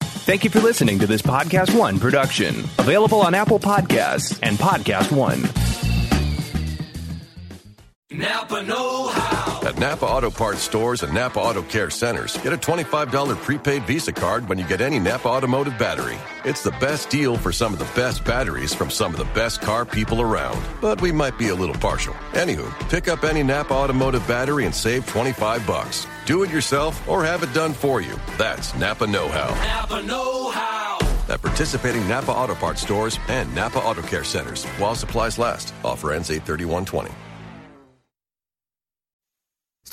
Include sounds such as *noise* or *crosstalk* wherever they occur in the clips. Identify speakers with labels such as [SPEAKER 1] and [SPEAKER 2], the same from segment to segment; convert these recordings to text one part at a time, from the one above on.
[SPEAKER 1] Thank you for listening to this Podcast One production, available on Apple Podcasts and Podcast One.
[SPEAKER 2] Napa Know How.
[SPEAKER 3] At Napa Auto Parts stores and Napa Auto Care centers, get a $25 prepaid Visa card when you get any Napa automotive battery. It's the best deal for some of the best batteries from some of the best car people around. But we might be a little partial. Anywho, pick up any Napa automotive battery and save 25 bucks. Do it yourself or have it done for you. That's Napa Know How.
[SPEAKER 2] Napa Know How.
[SPEAKER 3] At participating Napa Auto Parts stores and Napa Auto Care centers while supplies last. Offer ends 83120.
[SPEAKER 4] It's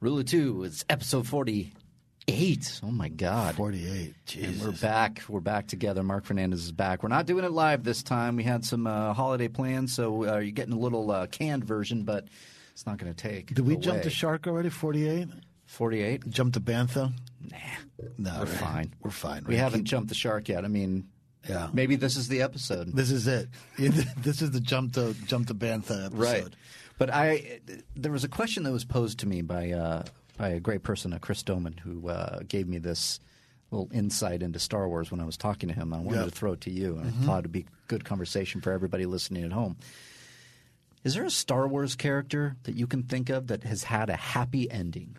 [SPEAKER 5] Rule of Two. It's episode forty-eight. Oh my God,
[SPEAKER 6] 48.
[SPEAKER 5] And we're back. We're back together. Mark Fernandez is back. We're not doing it live this time. We had some uh, holiday plans, so uh, you're getting a little uh, canned version, but it's not going to take.
[SPEAKER 6] Did we jump the
[SPEAKER 5] away.
[SPEAKER 6] shark already? 48?
[SPEAKER 5] Forty-eight.
[SPEAKER 6] Jump to Bantha?
[SPEAKER 5] Nah,
[SPEAKER 6] No.
[SPEAKER 5] we're
[SPEAKER 6] right.
[SPEAKER 5] fine.
[SPEAKER 6] We're fine.
[SPEAKER 5] We
[SPEAKER 6] right?
[SPEAKER 5] haven't jumped the shark yet. I mean,
[SPEAKER 6] Yeah.
[SPEAKER 5] maybe this is the episode.
[SPEAKER 6] This is it. *laughs* this is the jump to jump to Bantha episode.
[SPEAKER 5] Right. But I, there was a question that was posed to me by uh, by a great person, a Chris Doman, who uh, gave me this little insight into Star Wars when I was talking to him. I wanted
[SPEAKER 6] Yeah.
[SPEAKER 5] to throw it to you, and I thought it'd be good conversation for everybody listening at home. Is there a Star Wars character that you can think of that has had a happy ending?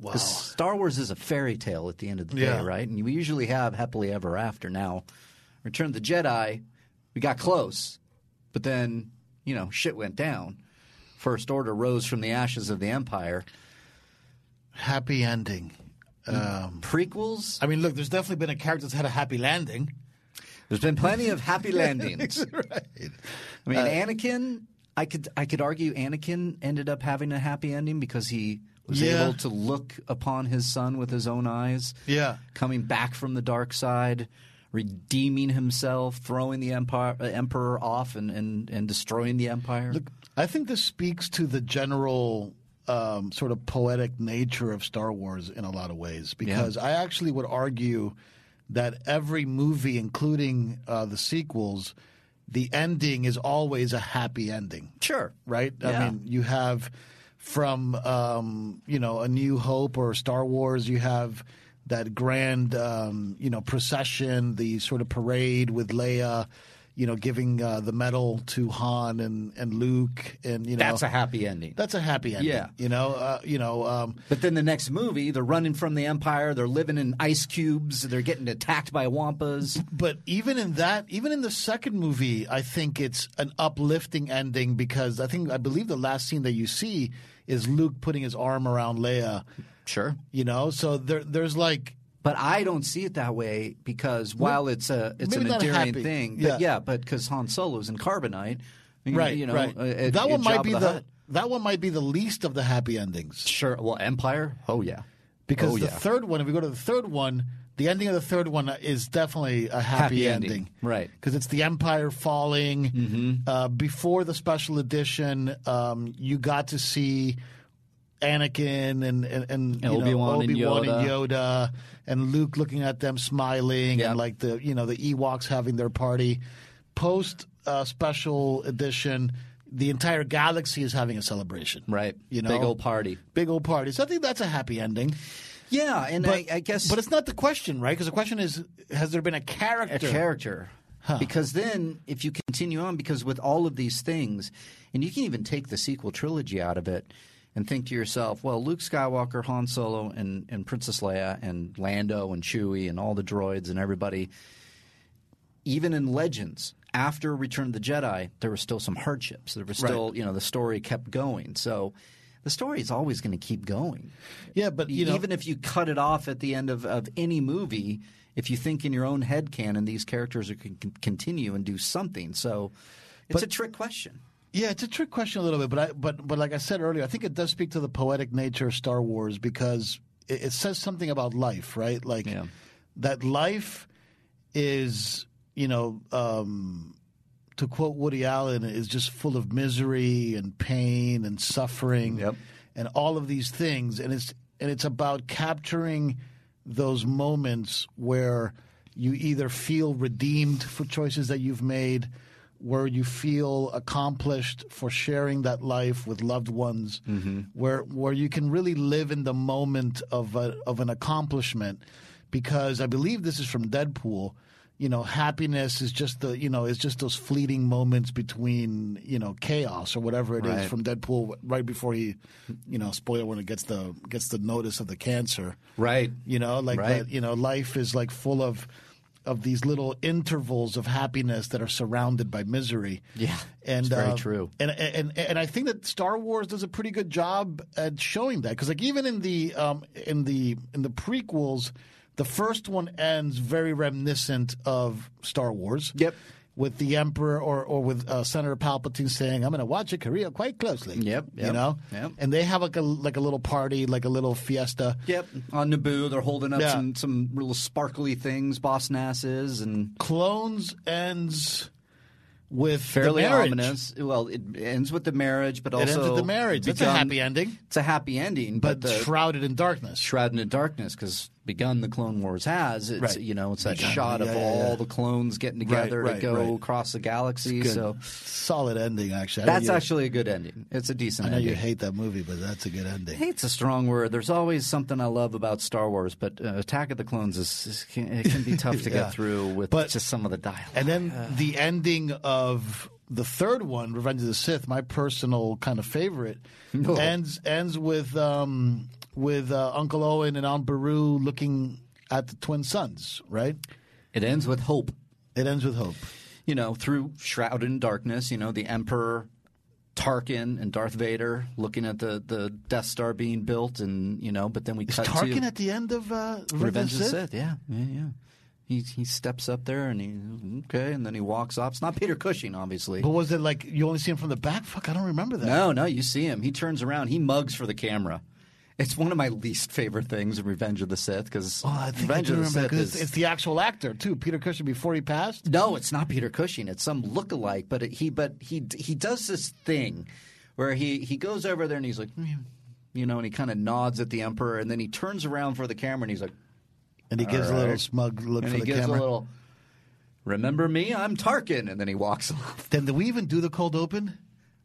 [SPEAKER 6] Wow.
[SPEAKER 5] 'Cause Star Wars is a fairy tale at the end of the
[SPEAKER 6] Yeah.
[SPEAKER 5] day, right? And we usually have happily ever after. Now, Return of the Jedi, we got close, but then you know shit went down. First Order rose from the ashes of the Empire.
[SPEAKER 6] Happy ending. Um,
[SPEAKER 5] Prequels,
[SPEAKER 6] I mean, look, there's definitely been a character that's had a happy landing.
[SPEAKER 5] there's been plenty of
[SPEAKER 6] *laughs*
[SPEAKER 5] happy landings. I
[SPEAKER 6] Uh,
[SPEAKER 5] mean, Anakin, I could I could argue Anakin ended up having a happy ending because he was
[SPEAKER 6] Yeah.
[SPEAKER 5] able to look upon his son with his own eyes.
[SPEAKER 6] Yeah.
[SPEAKER 5] coming back from the dark side, redeeming himself, throwing the empire, uh, emperor off, and, and, and destroying the empire.
[SPEAKER 6] Look, I think this speaks to the general um, sort of poetic nature of Star Wars in a lot of ways, because I actually would argue that every movie, including uh, the sequels, the ending is always a happy ending
[SPEAKER 5] sure,
[SPEAKER 6] right? I
[SPEAKER 5] Yeah.
[SPEAKER 6] mean, you have from um, you know a New Hope or Star Wars, you have that grand um, you know procession, the sort of parade with Leia, you know, giving uh, the medal to Han and and Luke, and you know
[SPEAKER 5] that's a happy ending.
[SPEAKER 6] that's a happy ending.
[SPEAKER 5] Yeah.
[SPEAKER 6] you know, uh, you know. Um,
[SPEAKER 5] But then the next movie, they're running from the empire. They're living in ice cubes. They're getting attacked by wampas.
[SPEAKER 6] but even in that, even in the second movie, I think it's an uplifting ending because I think I believe the last scene that you see is Luke putting his arm around Leia.
[SPEAKER 5] Sure.
[SPEAKER 6] You know, so there, there's like
[SPEAKER 5] But I don't see it that way because while it's a it's
[SPEAKER 6] maybe
[SPEAKER 5] an
[SPEAKER 6] not
[SPEAKER 5] endearing
[SPEAKER 6] happy.
[SPEAKER 5] thing,
[SPEAKER 6] Yeah.
[SPEAKER 5] but yeah, but because Han Solo's in carbonite, you-
[SPEAKER 6] right,
[SPEAKER 5] You know,
[SPEAKER 6] right.
[SPEAKER 5] uh, at-
[SPEAKER 6] that
[SPEAKER 5] at
[SPEAKER 6] one might
[SPEAKER 5] Jabba
[SPEAKER 6] be
[SPEAKER 5] the,
[SPEAKER 6] the,
[SPEAKER 5] Hutt.
[SPEAKER 6] that one might be the least of the happy endings
[SPEAKER 5] sure. Well, Empire. Oh yeah,
[SPEAKER 6] because
[SPEAKER 5] Oh,
[SPEAKER 6] the
[SPEAKER 5] yeah.
[SPEAKER 6] third one. If we go to the third one, the ending of the third one is definitely a happy,
[SPEAKER 5] Happy ending. Right. Mm-hmm.
[SPEAKER 6] Because it's the Empire falling. Uh, before the special edition, um, you got to see. Anakin and and, and, you know,
[SPEAKER 5] Obi-Wan and
[SPEAKER 6] Obi-Wan and Yoda and Luke looking at them smiling
[SPEAKER 5] Yeah.
[SPEAKER 6] and like the you know the Ewoks having their party. Post uh, special edition, the entire galaxy is having a celebration.
[SPEAKER 5] right.
[SPEAKER 6] You know,
[SPEAKER 5] big old party.
[SPEAKER 6] big old party. So I think that's a happy ending.
[SPEAKER 5] Yeah, and
[SPEAKER 6] But
[SPEAKER 5] I, I guess
[SPEAKER 6] but it's not the question, right? Because the question is, has there been a character?
[SPEAKER 5] a character. Because then, if you continue on, because with all of these things, and you can even take the sequel trilogy out of it and think to yourself, well, Luke Skywalker, Han Solo, and, and Princess Leia, and Lando, and Chewie, and all the droids, and everybody, even in Legends, after Return of the Jedi, there were still some hardships. There was still, you know, the story kept going. So the story is always going to keep going.
[SPEAKER 6] Yeah, but you know,
[SPEAKER 5] E even if you cut it off at the end of, of any movie, if you think in your own head canon, these characters are, can, can continue and do something. So it's a trick question.
[SPEAKER 6] Yeah, it's a trick question a little bit, but I, but but like I said earlier, I think it does speak to the poetic nature of Star Wars because it, it says something about life, right? Like
[SPEAKER 5] Yeah.
[SPEAKER 6] that life is, you know, um, to quote Woody Allen, is just full of misery and pain and suffering
[SPEAKER 5] Yep.
[SPEAKER 6] and all of these things, and it's and it's about capturing those moments where you either feel redeemed for choices that you've made, where you feel accomplished for sharing that life with loved ones, where where you can really live in the moment of a, of an accomplishment, because I believe this is from Deadpool. You know, happiness is just the you know is just those fleeting moments between you know chaos or whatever it is
[SPEAKER 5] Right.
[SPEAKER 6] from Deadpool right before he, you know, spoiler when it gets the gets the notice of the cancer.
[SPEAKER 5] Right.
[SPEAKER 6] You know, like
[SPEAKER 5] Right.
[SPEAKER 6] that, you know, life is like full of of these little intervals of happiness that are surrounded by misery.
[SPEAKER 5] Yeah,
[SPEAKER 6] and uh,
[SPEAKER 5] it's very true.
[SPEAKER 6] And and and I think that Star Wars does a pretty good job at showing that because like even in the um in the in the prequels, the first one ends very reminiscent of Star Wars.
[SPEAKER 5] Yep.
[SPEAKER 6] With the Emperor or or with uh, Senator Palpatine saying, "I'm going to watch your career quite closely."
[SPEAKER 5] Yep,
[SPEAKER 6] You
[SPEAKER 5] yep,
[SPEAKER 6] know.
[SPEAKER 5] yep.
[SPEAKER 6] And they have like a like a little party, like a little fiesta.
[SPEAKER 5] Yep, on Naboo they're holding up
[SPEAKER 6] Yeah.
[SPEAKER 5] some some little sparkly things, Boss Nass is, and
[SPEAKER 6] Clones ends with the
[SPEAKER 5] fairly
[SPEAKER 6] marriage.
[SPEAKER 5] ominous. Well, it ends with the marriage, but
[SPEAKER 6] It
[SPEAKER 5] also
[SPEAKER 6] ends with the marriage. That's a
[SPEAKER 5] begun-
[SPEAKER 6] happy ending,
[SPEAKER 5] It's a happy ending,
[SPEAKER 6] but
[SPEAKER 5] but, the
[SPEAKER 6] shrouded in darkness.
[SPEAKER 5] shrouded in darkness because begun the Clone Wars has. It's
[SPEAKER 6] Right.
[SPEAKER 5] you know it's that shot of all the clones getting together
[SPEAKER 6] right,
[SPEAKER 5] to go
[SPEAKER 6] right.
[SPEAKER 5] across the galaxy.
[SPEAKER 6] Good.
[SPEAKER 5] So
[SPEAKER 6] solid ending, actually. I know
[SPEAKER 5] that's
[SPEAKER 6] you-
[SPEAKER 5] actually a good ending. It's a decent
[SPEAKER 6] I know
[SPEAKER 5] ending.
[SPEAKER 6] you hate that movie, but that's a good ending.
[SPEAKER 5] Hate's a strong word. There's always something I love about Star Wars, but uh, Attack of the Clones is, is can, it can
[SPEAKER 6] *laughs*
[SPEAKER 5] be tough to
[SPEAKER 6] Yeah.
[SPEAKER 5] get through with
[SPEAKER 6] But-
[SPEAKER 5] just some of the dialogue.
[SPEAKER 6] And then the ending of the third one, Revenge of the Sith, my personal kind of favorite, ends ends with um, with uh, Uncle Owen and Aunt Beru looking at the twin sons. Right?
[SPEAKER 5] it ends with hope.
[SPEAKER 6] It ends with hope.
[SPEAKER 5] you know, through shrouded in darkness, you know, the Emperor, Tarkin, and Darth Vader looking at the, the Death Star being built, and you know, but then we
[SPEAKER 6] Is
[SPEAKER 5] cut
[SPEAKER 6] Tarkin
[SPEAKER 5] to
[SPEAKER 6] at the end of uh, Revenge,
[SPEAKER 5] Revenge of the
[SPEAKER 6] Sith?
[SPEAKER 5] Sith. Yeah, yeah, yeah. He he steps up there and he okay, and then he walks off. It's not Peter Cushing, obviously.
[SPEAKER 6] But was it like you only see him from the back? Fuck, I don't remember that.
[SPEAKER 5] No, no, you see him. He turns around. He mugs for the camera. It's one of my least favorite things in Revenge of the Sith because
[SPEAKER 6] Oh, I think
[SPEAKER 5] Revenge
[SPEAKER 6] I do
[SPEAKER 5] of the
[SPEAKER 6] remember
[SPEAKER 5] Sith
[SPEAKER 6] because
[SPEAKER 5] is
[SPEAKER 6] it's, it's the actual actor too, Peter Cushing, before he passed.
[SPEAKER 5] No, it's not Peter Cushing. It's some lookalike, but it, he but he he does this thing where he he goes over there and he's like, "Mm," you know, and he kind of nods at the emperor, and then he turns around for the camera and he's like,
[SPEAKER 6] And he gives a little smug look
[SPEAKER 5] and
[SPEAKER 6] for
[SPEAKER 5] he
[SPEAKER 6] the
[SPEAKER 5] gives
[SPEAKER 6] camera.
[SPEAKER 5] a little, remember me, I'm Tarkin, and then he walks
[SPEAKER 6] *laughs*
[SPEAKER 5] off.
[SPEAKER 6] Then do we even do the cold open?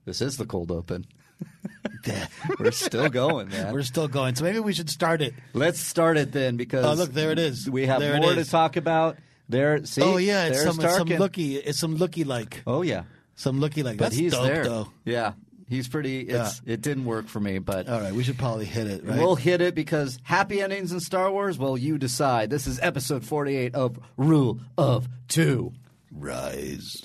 [SPEAKER 5] This is the cold
[SPEAKER 6] *laughs*
[SPEAKER 5] open. We're still going, man.
[SPEAKER 6] We're still going, so maybe we should start it.
[SPEAKER 5] Let's start it then because
[SPEAKER 6] Oh, look, there it is.
[SPEAKER 5] We have
[SPEAKER 6] There it
[SPEAKER 5] more to
[SPEAKER 6] is.
[SPEAKER 5] talk about. There, see,
[SPEAKER 6] Oh yeah, it's
[SPEAKER 5] there's
[SPEAKER 6] some, it's some
[SPEAKER 5] Tarkin.
[SPEAKER 6] looky, it's some looky like,
[SPEAKER 5] Oh yeah,
[SPEAKER 6] some looky like.
[SPEAKER 5] but
[SPEAKER 6] That's
[SPEAKER 5] he's
[SPEAKER 6] dope
[SPEAKER 5] there.
[SPEAKER 6] though.
[SPEAKER 5] Yeah, he's pretty. It's, It didn't work for me, but
[SPEAKER 6] All right, we should probably hit it. Right?
[SPEAKER 5] We'll hit it because happy endings in Star Wars. Well, you decide. This is episode 48 of Rule of Two.
[SPEAKER 6] rise.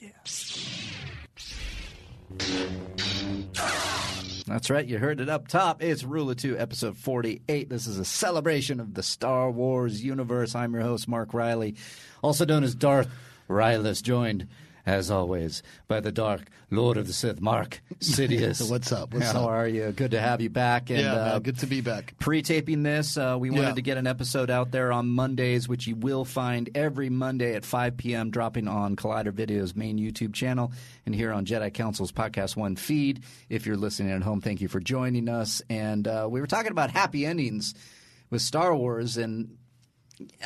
[SPEAKER 5] That's right. You heard it up top. It's Rule of Two, episode 48. This is a celebration of the Star Wars universe. I'm your host, Mark Riley, also known as Darth Rylus, joined, as always, by the Dark Lord of the Sith,
[SPEAKER 6] *laughs*
[SPEAKER 5] Mark Sidious.
[SPEAKER 6] What's up? What's
[SPEAKER 5] How
[SPEAKER 6] up?
[SPEAKER 5] are you? Good to have you back. And,
[SPEAKER 6] yeah,
[SPEAKER 5] uh,
[SPEAKER 6] man, good to be back.
[SPEAKER 5] pre-taping this. Uh, we wanted
[SPEAKER 6] Yeah.
[SPEAKER 5] to get an episode out there on Mondays, which you will find every Monday at 5 p.m. dropping on Collider Video's main YouTube channel and here on Jedi Council's Podcast One feed. If you're listening at home, thank you for joining us. And uh, we were talking about happy endings with Star Wars and.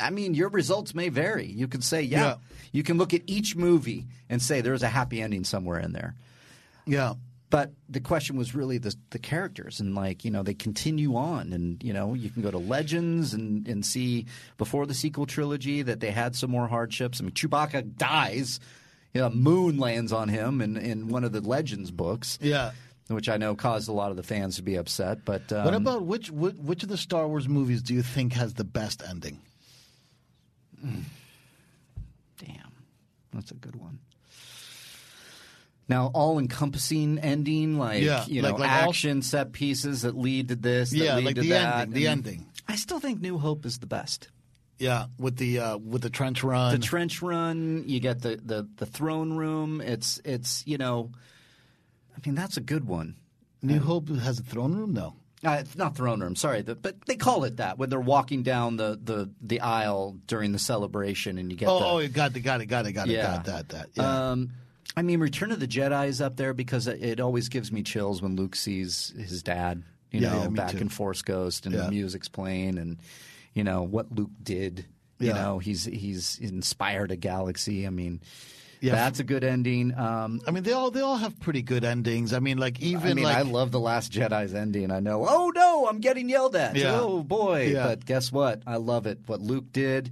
[SPEAKER 5] I mean, your results may vary. You can say, yeah.
[SPEAKER 6] Yeah.
[SPEAKER 5] You can look at each movie and say there's a happy ending somewhere in there.
[SPEAKER 6] Yeah,
[SPEAKER 5] But the question was really the the characters and like you know they continue on and you know you can go to Legends and and see before the sequel trilogy that they had some more hardships. I mean Chewbacca dies, you know, moon lands on him in in one of the Legends books,
[SPEAKER 6] yeah.
[SPEAKER 5] which I know caused a lot of the fans to be upset. But um,
[SPEAKER 6] What about which, which which of the Star Wars movies do you think has the best ending?
[SPEAKER 5] damn? That's a good one. Now, all-encompassing ending, like
[SPEAKER 6] Yeah,
[SPEAKER 5] you know,
[SPEAKER 6] like- like all-
[SPEAKER 5] action set pieces that lead to this, that
[SPEAKER 6] Yeah,
[SPEAKER 5] lead
[SPEAKER 6] like
[SPEAKER 5] to
[SPEAKER 6] the
[SPEAKER 5] that.
[SPEAKER 6] ending. The
[SPEAKER 5] and-
[SPEAKER 6] ending.
[SPEAKER 5] I still think New Hope is the best.
[SPEAKER 6] Yeah, with the uh, with the trench run.
[SPEAKER 5] the trench run. You get the, the the throne room. It's it's you know, I mean that's a good one.
[SPEAKER 6] New Hope has a throne room. No,
[SPEAKER 5] Uh, it's not throne room, sorry, the, but they call it that when they're walking down the, the, the aisle during the celebration, and you get
[SPEAKER 6] oh,
[SPEAKER 5] the,
[SPEAKER 6] oh, you got it, got it, got it, got it,
[SPEAKER 5] Yeah.
[SPEAKER 6] got that, that. Yeah.
[SPEAKER 5] Um, I mean, Return of the Jedi is up there because it, it always gives me chills when Luke sees his dad, you
[SPEAKER 6] Yeah,
[SPEAKER 5] know,
[SPEAKER 6] yeah, me
[SPEAKER 5] back
[SPEAKER 6] too.
[SPEAKER 5] in Force Ghost and
[SPEAKER 6] Yeah.
[SPEAKER 5] the music's playing and, you know, what Luke did. You
[SPEAKER 6] Yeah.
[SPEAKER 5] know, he's he's inspired a galaxy. I mean,
[SPEAKER 6] Yeah.
[SPEAKER 5] that's a good ending. Um,
[SPEAKER 6] I mean, they all they all have pretty good endings. I mean, like even
[SPEAKER 5] I mean,
[SPEAKER 6] like
[SPEAKER 5] I love The Last Jedi's ending. I know, oh no, I'm getting yelled at.
[SPEAKER 6] Yeah.
[SPEAKER 5] Oh boy.
[SPEAKER 6] Yeah.
[SPEAKER 5] But guess what? I love it. What Luke did,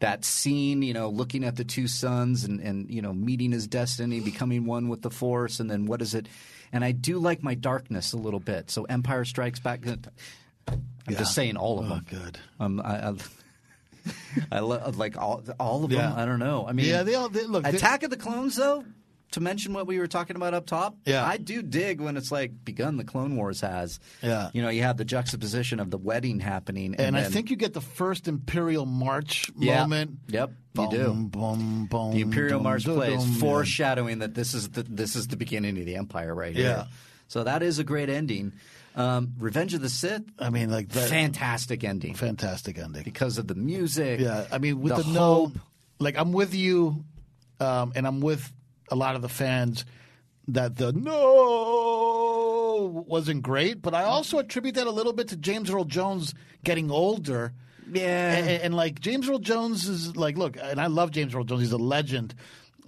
[SPEAKER 5] that scene, you know, looking at the two sons and, and, you know, meeting his destiny, becoming one with the Force, and then what is it? And I do like my darkness a little bit. So Empire Strikes Back. I'm just saying all of
[SPEAKER 6] oh,
[SPEAKER 5] them.
[SPEAKER 6] good.
[SPEAKER 5] Um, I, *laughs* I, I lo- like all, all of them.
[SPEAKER 6] Yeah.
[SPEAKER 5] I don't know. I mean,
[SPEAKER 6] Yeah, they all- they- look, they-
[SPEAKER 5] Attack of the Clones, though. To mention what we were talking about up top,
[SPEAKER 6] Yeah.
[SPEAKER 5] I do dig when it's like begun the Clone Wars has.
[SPEAKER 6] Yeah.
[SPEAKER 5] you know, you have the juxtaposition of the wedding happening, and,
[SPEAKER 6] And, I
[SPEAKER 5] then
[SPEAKER 6] think you get the first Imperial March
[SPEAKER 5] Yeah.
[SPEAKER 6] moment.
[SPEAKER 5] Yep, you do.
[SPEAKER 6] Boom, boom, boom,
[SPEAKER 5] the Imperial
[SPEAKER 6] boom,
[SPEAKER 5] March
[SPEAKER 6] boom,
[SPEAKER 5] plays,
[SPEAKER 6] boom,
[SPEAKER 5] foreshadowing that this is the, this is the beginning of the Empire right here.
[SPEAKER 6] Yeah.
[SPEAKER 5] so that is a great ending. Um, Revenge of the Sith,
[SPEAKER 6] yeah. I mean, like Uh, that
[SPEAKER 5] fantastic ending
[SPEAKER 6] fantastic ending.
[SPEAKER 5] because of the music.
[SPEAKER 6] Yeah, I mean, with
[SPEAKER 5] the
[SPEAKER 6] the, no,
[SPEAKER 5] hope.
[SPEAKER 6] like I'm with you, um, and I'm with a lot of the fans that the no wasn't great, but I also attribute that a little bit to James Earl Jones getting older.
[SPEAKER 5] Yeah.
[SPEAKER 6] and, and, and, like James Earl Jones is like, look, and I love James Earl Jones. He's a legend.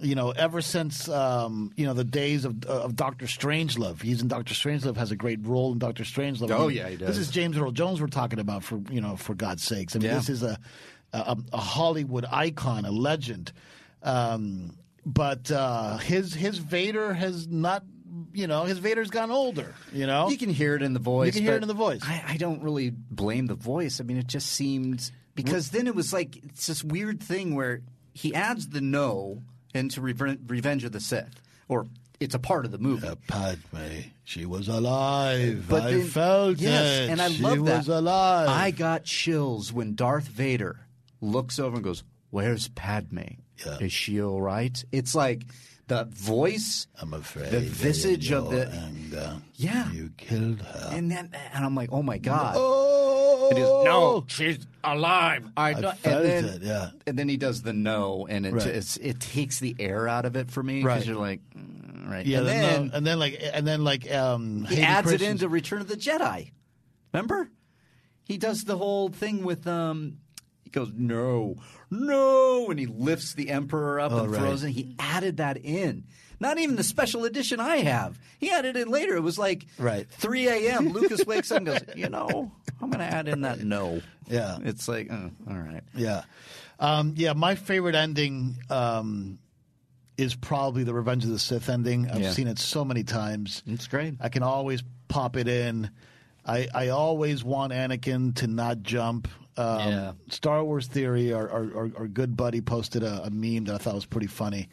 [SPEAKER 6] You know, ever since um, you know the days of of Doctor Strangelove, he's in Doctor Strangelove has a great role in Doctor Strangelove.
[SPEAKER 5] Oh,
[SPEAKER 6] I mean,
[SPEAKER 5] yeah, he
[SPEAKER 6] This
[SPEAKER 5] does.
[SPEAKER 6] is James Earl Jones we're talking about for you know for God's sakes. I mean,
[SPEAKER 5] Yeah.
[SPEAKER 6] this is a a, a Hollywood icon, a legend. Um, but uh, his his Vader has not, you know, his Vader's gone older. Oh. You know,
[SPEAKER 5] You can hear it in the voice.
[SPEAKER 6] can hear it
[SPEAKER 5] but
[SPEAKER 6] in the voice.
[SPEAKER 5] I, I don't really blame the voice. I mean, it just seemed because then it was like it's this weird thing where he adds the no into Reven- Revenge of the Sith, or it's a part of the movie.
[SPEAKER 6] Padme, she was alive.
[SPEAKER 5] But
[SPEAKER 6] I
[SPEAKER 5] then-
[SPEAKER 6] felt
[SPEAKER 5] yes,
[SPEAKER 6] it.
[SPEAKER 5] and I
[SPEAKER 6] she
[SPEAKER 5] love that.
[SPEAKER 6] was alive.
[SPEAKER 5] I got chills when Darth Vader looks over and goes, "Where's Padme?
[SPEAKER 6] Yeah.
[SPEAKER 5] Is she all right?" It's like the voice.
[SPEAKER 6] I'm afraid
[SPEAKER 5] the
[SPEAKER 6] that in
[SPEAKER 5] visage of
[SPEAKER 6] your
[SPEAKER 5] the-
[SPEAKER 6] anger,
[SPEAKER 5] Yeah.
[SPEAKER 6] you killed her.
[SPEAKER 5] and then and I'm like, "Oh my god!"
[SPEAKER 6] oh,
[SPEAKER 5] It is- no,
[SPEAKER 6] she's alive.
[SPEAKER 5] I,
[SPEAKER 6] I
[SPEAKER 5] know- and
[SPEAKER 6] felt
[SPEAKER 5] then,
[SPEAKER 6] it, yeah.
[SPEAKER 5] And then he does the no, and it
[SPEAKER 6] Right.
[SPEAKER 5] it's, it takes the air out of it for me because
[SPEAKER 6] Right.
[SPEAKER 5] you're like, mm, right.
[SPEAKER 6] Yeah,
[SPEAKER 5] and then
[SPEAKER 6] no, and then like, and then like, um,
[SPEAKER 5] he
[SPEAKER 6] Hayden
[SPEAKER 5] adds it
[SPEAKER 6] Christensen-
[SPEAKER 5] into Return of the Jedi. Remember, he does the whole thing with um. He goes no, no, and he lifts the emperor up and
[SPEAKER 6] right.
[SPEAKER 5] throws it. He added that in. Not even the special edition I have. He added it later. It was like
[SPEAKER 6] Right.
[SPEAKER 5] 3 a.m. Lucas wakes up and goes, you know, I'm going to add in that no.
[SPEAKER 6] Yeah.
[SPEAKER 5] It's like, oh, all right.
[SPEAKER 6] Yeah. Um, yeah, my favorite ending um, is probably the Revenge of the Sith ending. I've
[SPEAKER 5] Yeah.
[SPEAKER 6] seen it so many times.
[SPEAKER 5] It's great.
[SPEAKER 6] I can always pop it in. I, I always want Anakin to not jump. Um,
[SPEAKER 5] Yeah.
[SPEAKER 6] Star Wars Theory, our, our, our, our good buddy, posted a, a meme that I thought was pretty funny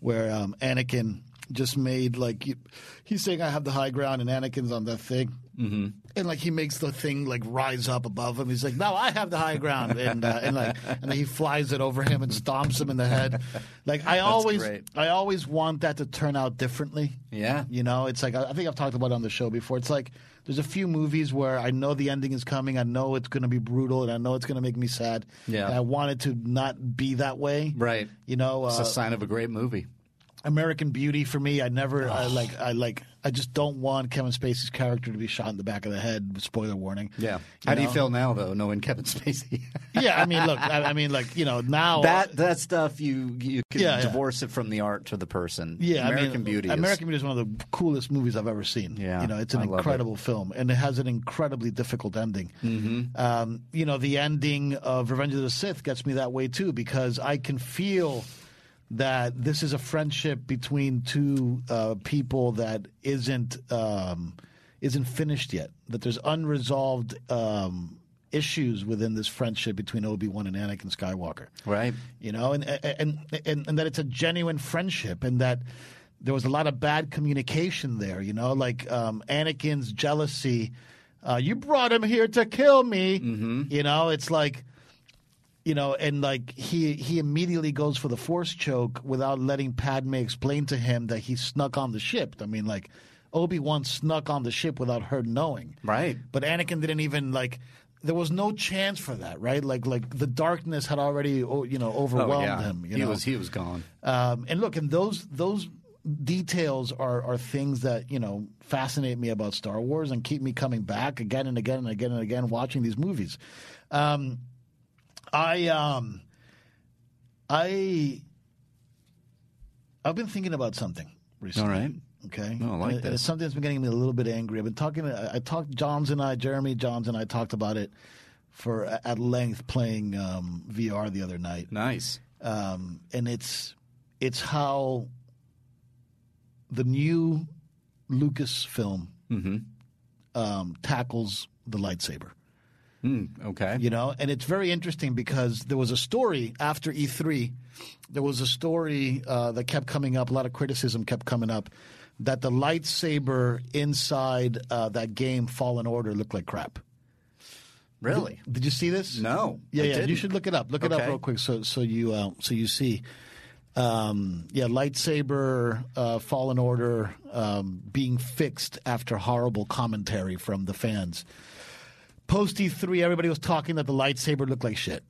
[SPEAKER 6] where um, Anakin just made like he- he's saying, I have the high ground, and Anakin's on that thing. Mm-hmm. And like he makes the thing like rise up above him. He's like, "No, I have the high ground," and uh, and like and then he flies it over him and stomps him in the head. Like I always,
[SPEAKER 5] great.
[SPEAKER 6] I always want that to turn out differently.
[SPEAKER 5] Yeah.
[SPEAKER 6] You know, it's like I I think I've talked about it on the show before. It's like there's a few movies where I know the ending is coming, I know it's going to be brutal, and I know it's going to make me sad.
[SPEAKER 5] Yeah.
[SPEAKER 6] and I want it to not be that way.
[SPEAKER 5] Right.
[SPEAKER 6] You know,
[SPEAKER 5] It's a
[SPEAKER 6] uh,
[SPEAKER 5] sign of a great movie.
[SPEAKER 6] American Beauty for me, I never, I like, I like, I just don't want Kevin Spacey's character to be shot in the back of the head. Spoiler warning.
[SPEAKER 5] How do you
[SPEAKER 6] know?
[SPEAKER 5] feel now, though, knowing Kevin Spacey? *laughs*
[SPEAKER 6] Yeah, I mean, look, I, I mean, like, you know, now
[SPEAKER 5] that that stuff you you can
[SPEAKER 6] Yeah, yeah.
[SPEAKER 5] divorce it from the art to the person.
[SPEAKER 6] Yeah, I mean,
[SPEAKER 5] American Beauty. Is,
[SPEAKER 6] American Beauty is one of the coolest movies I've ever seen.
[SPEAKER 5] Yeah,
[SPEAKER 6] you know, it's an
[SPEAKER 5] I love it.
[SPEAKER 6] incredible film, and it has an incredibly difficult ending. Mm-hmm. Um, you know, the ending of Revenge of the Sith gets me that way too because I can feel that this is a friendship between two uh, people that isn't um, isn't finished yet. That there's unresolved um, issues within this friendship between Obi Wan and Anakin Skywalker.
[SPEAKER 5] Right.
[SPEAKER 6] You know, and and, and and that it's a genuine friendship, and that there was a lot of bad communication there. You know, like um, Anakin's jealousy. Uh, you brought him here to kill me. You know, it's like you know, and like he he immediately goes for the force choke without letting Padme explain to him that he snuck on the ship. I mean, like Obi Wan snuck on the ship without her knowing,
[SPEAKER 5] Right.
[SPEAKER 6] But Anakin didn't even like. There was no chance for that, right? Like like the darkness had already oh, you know overwhelmed him. You
[SPEAKER 5] he
[SPEAKER 6] know?
[SPEAKER 5] was he was gone.
[SPEAKER 6] Um, and look, and those those details are are things that you know fascinate me about Star Wars and keep me coming back again and again and again and again watching these movies. Um, I um, I I've been thinking about something
[SPEAKER 5] All
[SPEAKER 6] recently.
[SPEAKER 5] right.
[SPEAKER 6] Okay.
[SPEAKER 5] No, I like
[SPEAKER 6] And it- and
[SPEAKER 5] that.
[SPEAKER 6] It's something that's been getting me a little bit angry. I've been talking. I, I talked. Johns and I, Jeremy Johns and I, talked about it for at length playing um, VR the other night
[SPEAKER 5] Nice.
[SPEAKER 6] um, and it's it's how the new Lucasfilm um, tackles the lightsaber.
[SPEAKER 5] Okay.
[SPEAKER 6] You know, and it's very interesting because there was a story after E3. There was a story uh, that kept coming up. A lot of criticism kept coming up that the lightsaber inside uh, that game Fallen Order looked like crap.
[SPEAKER 5] Really?
[SPEAKER 6] Did you see this?
[SPEAKER 5] No,
[SPEAKER 6] Yeah,
[SPEAKER 5] I
[SPEAKER 6] yeah. You
[SPEAKER 5] didn't.
[SPEAKER 6] should look it up. Look it up
[SPEAKER 5] Okay.
[SPEAKER 6] real quick, so so you uh, so you see. Um, yeah, lightsaber, uh, Fallen Order um, being fixed after horrible commentary from the fans. Post E3, everybody was talking that the lightsaber looked like shit.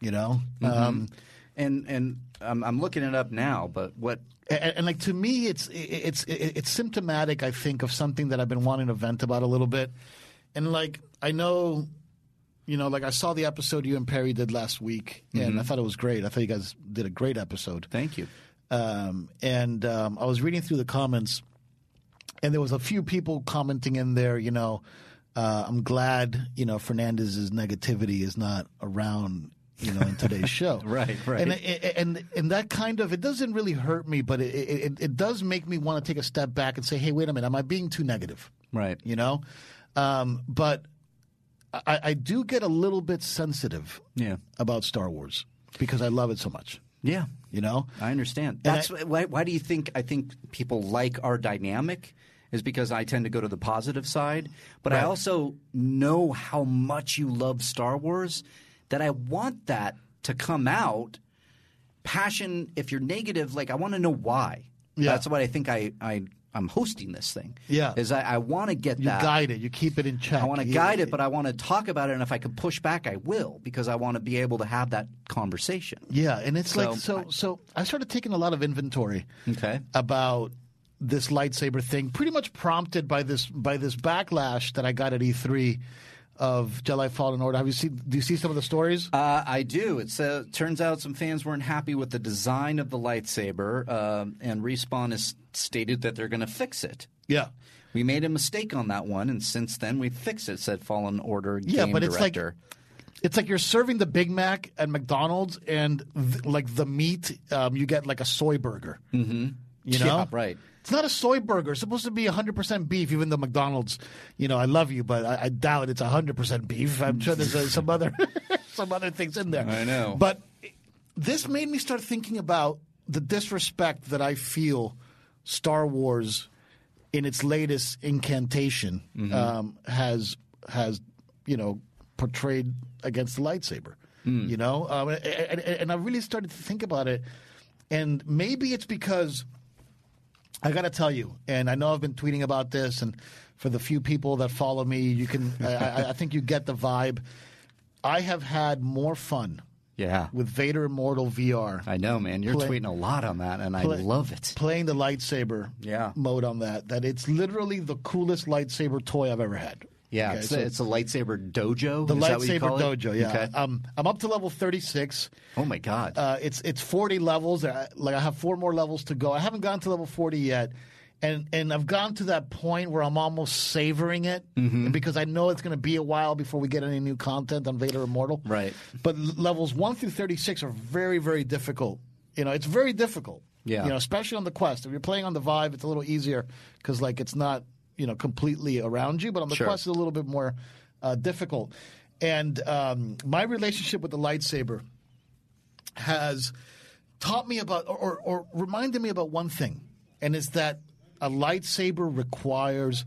[SPEAKER 6] You know,
[SPEAKER 5] Mm-hmm.
[SPEAKER 6] um,
[SPEAKER 5] And and I'm, I'm looking it up now, but what?
[SPEAKER 6] and, and like to me, it's it's it's symptomatic. I think of something that I've been wanting to vent about a little bit, and like I know, you know, like I saw the episode you and Perry did last week, and I thought it was great. I thought you guys did a great episode.
[SPEAKER 5] Thank you.
[SPEAKER 6] Um, and um, I was reading through the comments, and there was a few people commenting in there. You know, uh, I'm glad you know Fernandez's negativity is not around. You know, in today's show,
[SPEAKER 5] *laughs* Right, right.
[SPEAKER 6] and and and that kind of it doesn't really hurt me, but it it, it does make me want to take a step back and say, hey, wait a minute, am I being too negative?
[SPEAKER 5] Right.
[SPEAKER 6] You know, um, but I, I do get a little bit sensitive,
[SPEAKER 5] Yeah.
[SPEAKER 6] about Star Wars because I love it so much.
[SPEAKER 5] Yeah.
[SPEAKER 6] You know,
[SPEAKER 5] I understand. That's why, why do you think I think people like our dynamic is because I tend to go to the positive side, but I also know how much you love Star Wars that I want that to come out. Passion, if you're negative, like I want to know why.
[SPEAKER 6] Yeah.
[SPEAKER 5] That's what I think I, I I'm hosting this thing.
[SPEAKER 6] Yeah.
[SPEAKER 5] Is I, I want to get
[SPEAKER 6] You
[SPEAKER 5] that
[SPEAKER 6] guide it. You keep it in check.
[SPEAKER 5] I want to guide it, but I want to talk about it. And if I can push back, I will because I want to be able to have that conversation.
[SPEAKER 6] yeah, and it's like
[SPEAKER 5] So-
[SPEAKER 6] so. So I started taking a lot of inventory
[SPEAKER 5] Okay.
[SPEAKER 6] about this lightsaber thing, pretty much prompted by this by this backlash that I got at E3 of Jedi Fallen Order. Have you seen? Do you see some of the stories?
[SPEAKER 5] Uh, I do. It uh, turns out some fans weren't happy with the design of the lightsaber, um, and Respawn has stated that they're going to fix it.
[SPEAKER 6] yeah.
[SPEAKER 5] We made a mistake on that one, and since then we fixed it. Said Fallen Order game
[SPEAKER 6] Yeah, but it's like-
[SPEAKER 5] director.
[SPEAKER 6] It's like you're serving the Big Mac at McDonald's, and th- like the meat, um, you get like a soy burger. Mm-hmm. You know,
[SPEAKER 5] Yeah, right.
[SPEAKER 6] It's not a soy burger. It's supposed to be 100% beef, even though McDonald's, you know, I love you, but I, I doubt it's 100% beef. I'm sure there's uh, some other *laughs* some other things in there.
[SPEAKER 5] I know.
[SPEAKER 6] But this made me start thinking about the disrespect that I feel Star Wars in its latest incantation
[SPEAKER 5] Mm-hmm.
[SPEAKER 6] um, has has you know portrayed against the lightsaber.
[SPEAKER 5] Mm.
[SPEAKER 6] You know, um, and, and, and I really started to think about it, and maybe it's because I got to tell you, and I know I've been tweeting about this, and for the few people that follow me, you can I, I- I think you get the vibe. I have had more fun
[SPEAKER 5] Yeah,
[SPEAKER 6] with Vader Immortal VR
[SPEAKER 5] I know, man. You're
[SPEAKER 6] Play-
[SPEAKER 5] tweeting a lot on that, and I
[SPEAKER 6] play-
[SPEAKER 5] love it.
[SPEAKER 6] playing the lightsaber
[SPEAKER 5] Yeah.
[SPEAKER 6] mode on that. That it's literally the coolest lightsaber toy I've ever had.
[SPEAKER 5] Yeah,
[SPEAKER 6] Okay,
[SPEAKER 5] it's,
[SPEAKER 6] so
[SPEAKER 5] a, it's a lightsaber dojo.
[SPEAKER 6] the
[SPEAKER 5] Is that what you
[SPEAKER 6] lightsaber
[SPEAKER 5] call it?
[SPEAKER 6] dojo. Yeah,
[SPEAKER 5] Okay.
[SPEAKER 6] um, I'm up to level 36.
[SPEAKER 5] oh my god.
[SPEAKER 6] Uh, it's it's 40 levels. I, like I have four more levels to go. I haven't gotten to level 40 yet. And, and I've gotten to that point where I'm almost savoring it because I know it's going to be a while before we get any new content on Vader Immortal.
[SPEAKER 5] Right.
[SPEAKER 6] But l- levels 1 through 36 are very, very difficult. You know, it's very difficult.
[SPEAKER 5] Yeah.
[SPEAKER 6] You know, especially on the Quest. If you're playing on the Vive, it's a little easier because, like, it's not, you know, completely around you. But on the
[SPEAKER 5] Sure.
[SPEAKER 6] Quest, it's a little bit more uh, difficult. And um, my relationship with the lightsaber has taught me about or, or, or reminded me about one thing, and it's that a lightsaber requires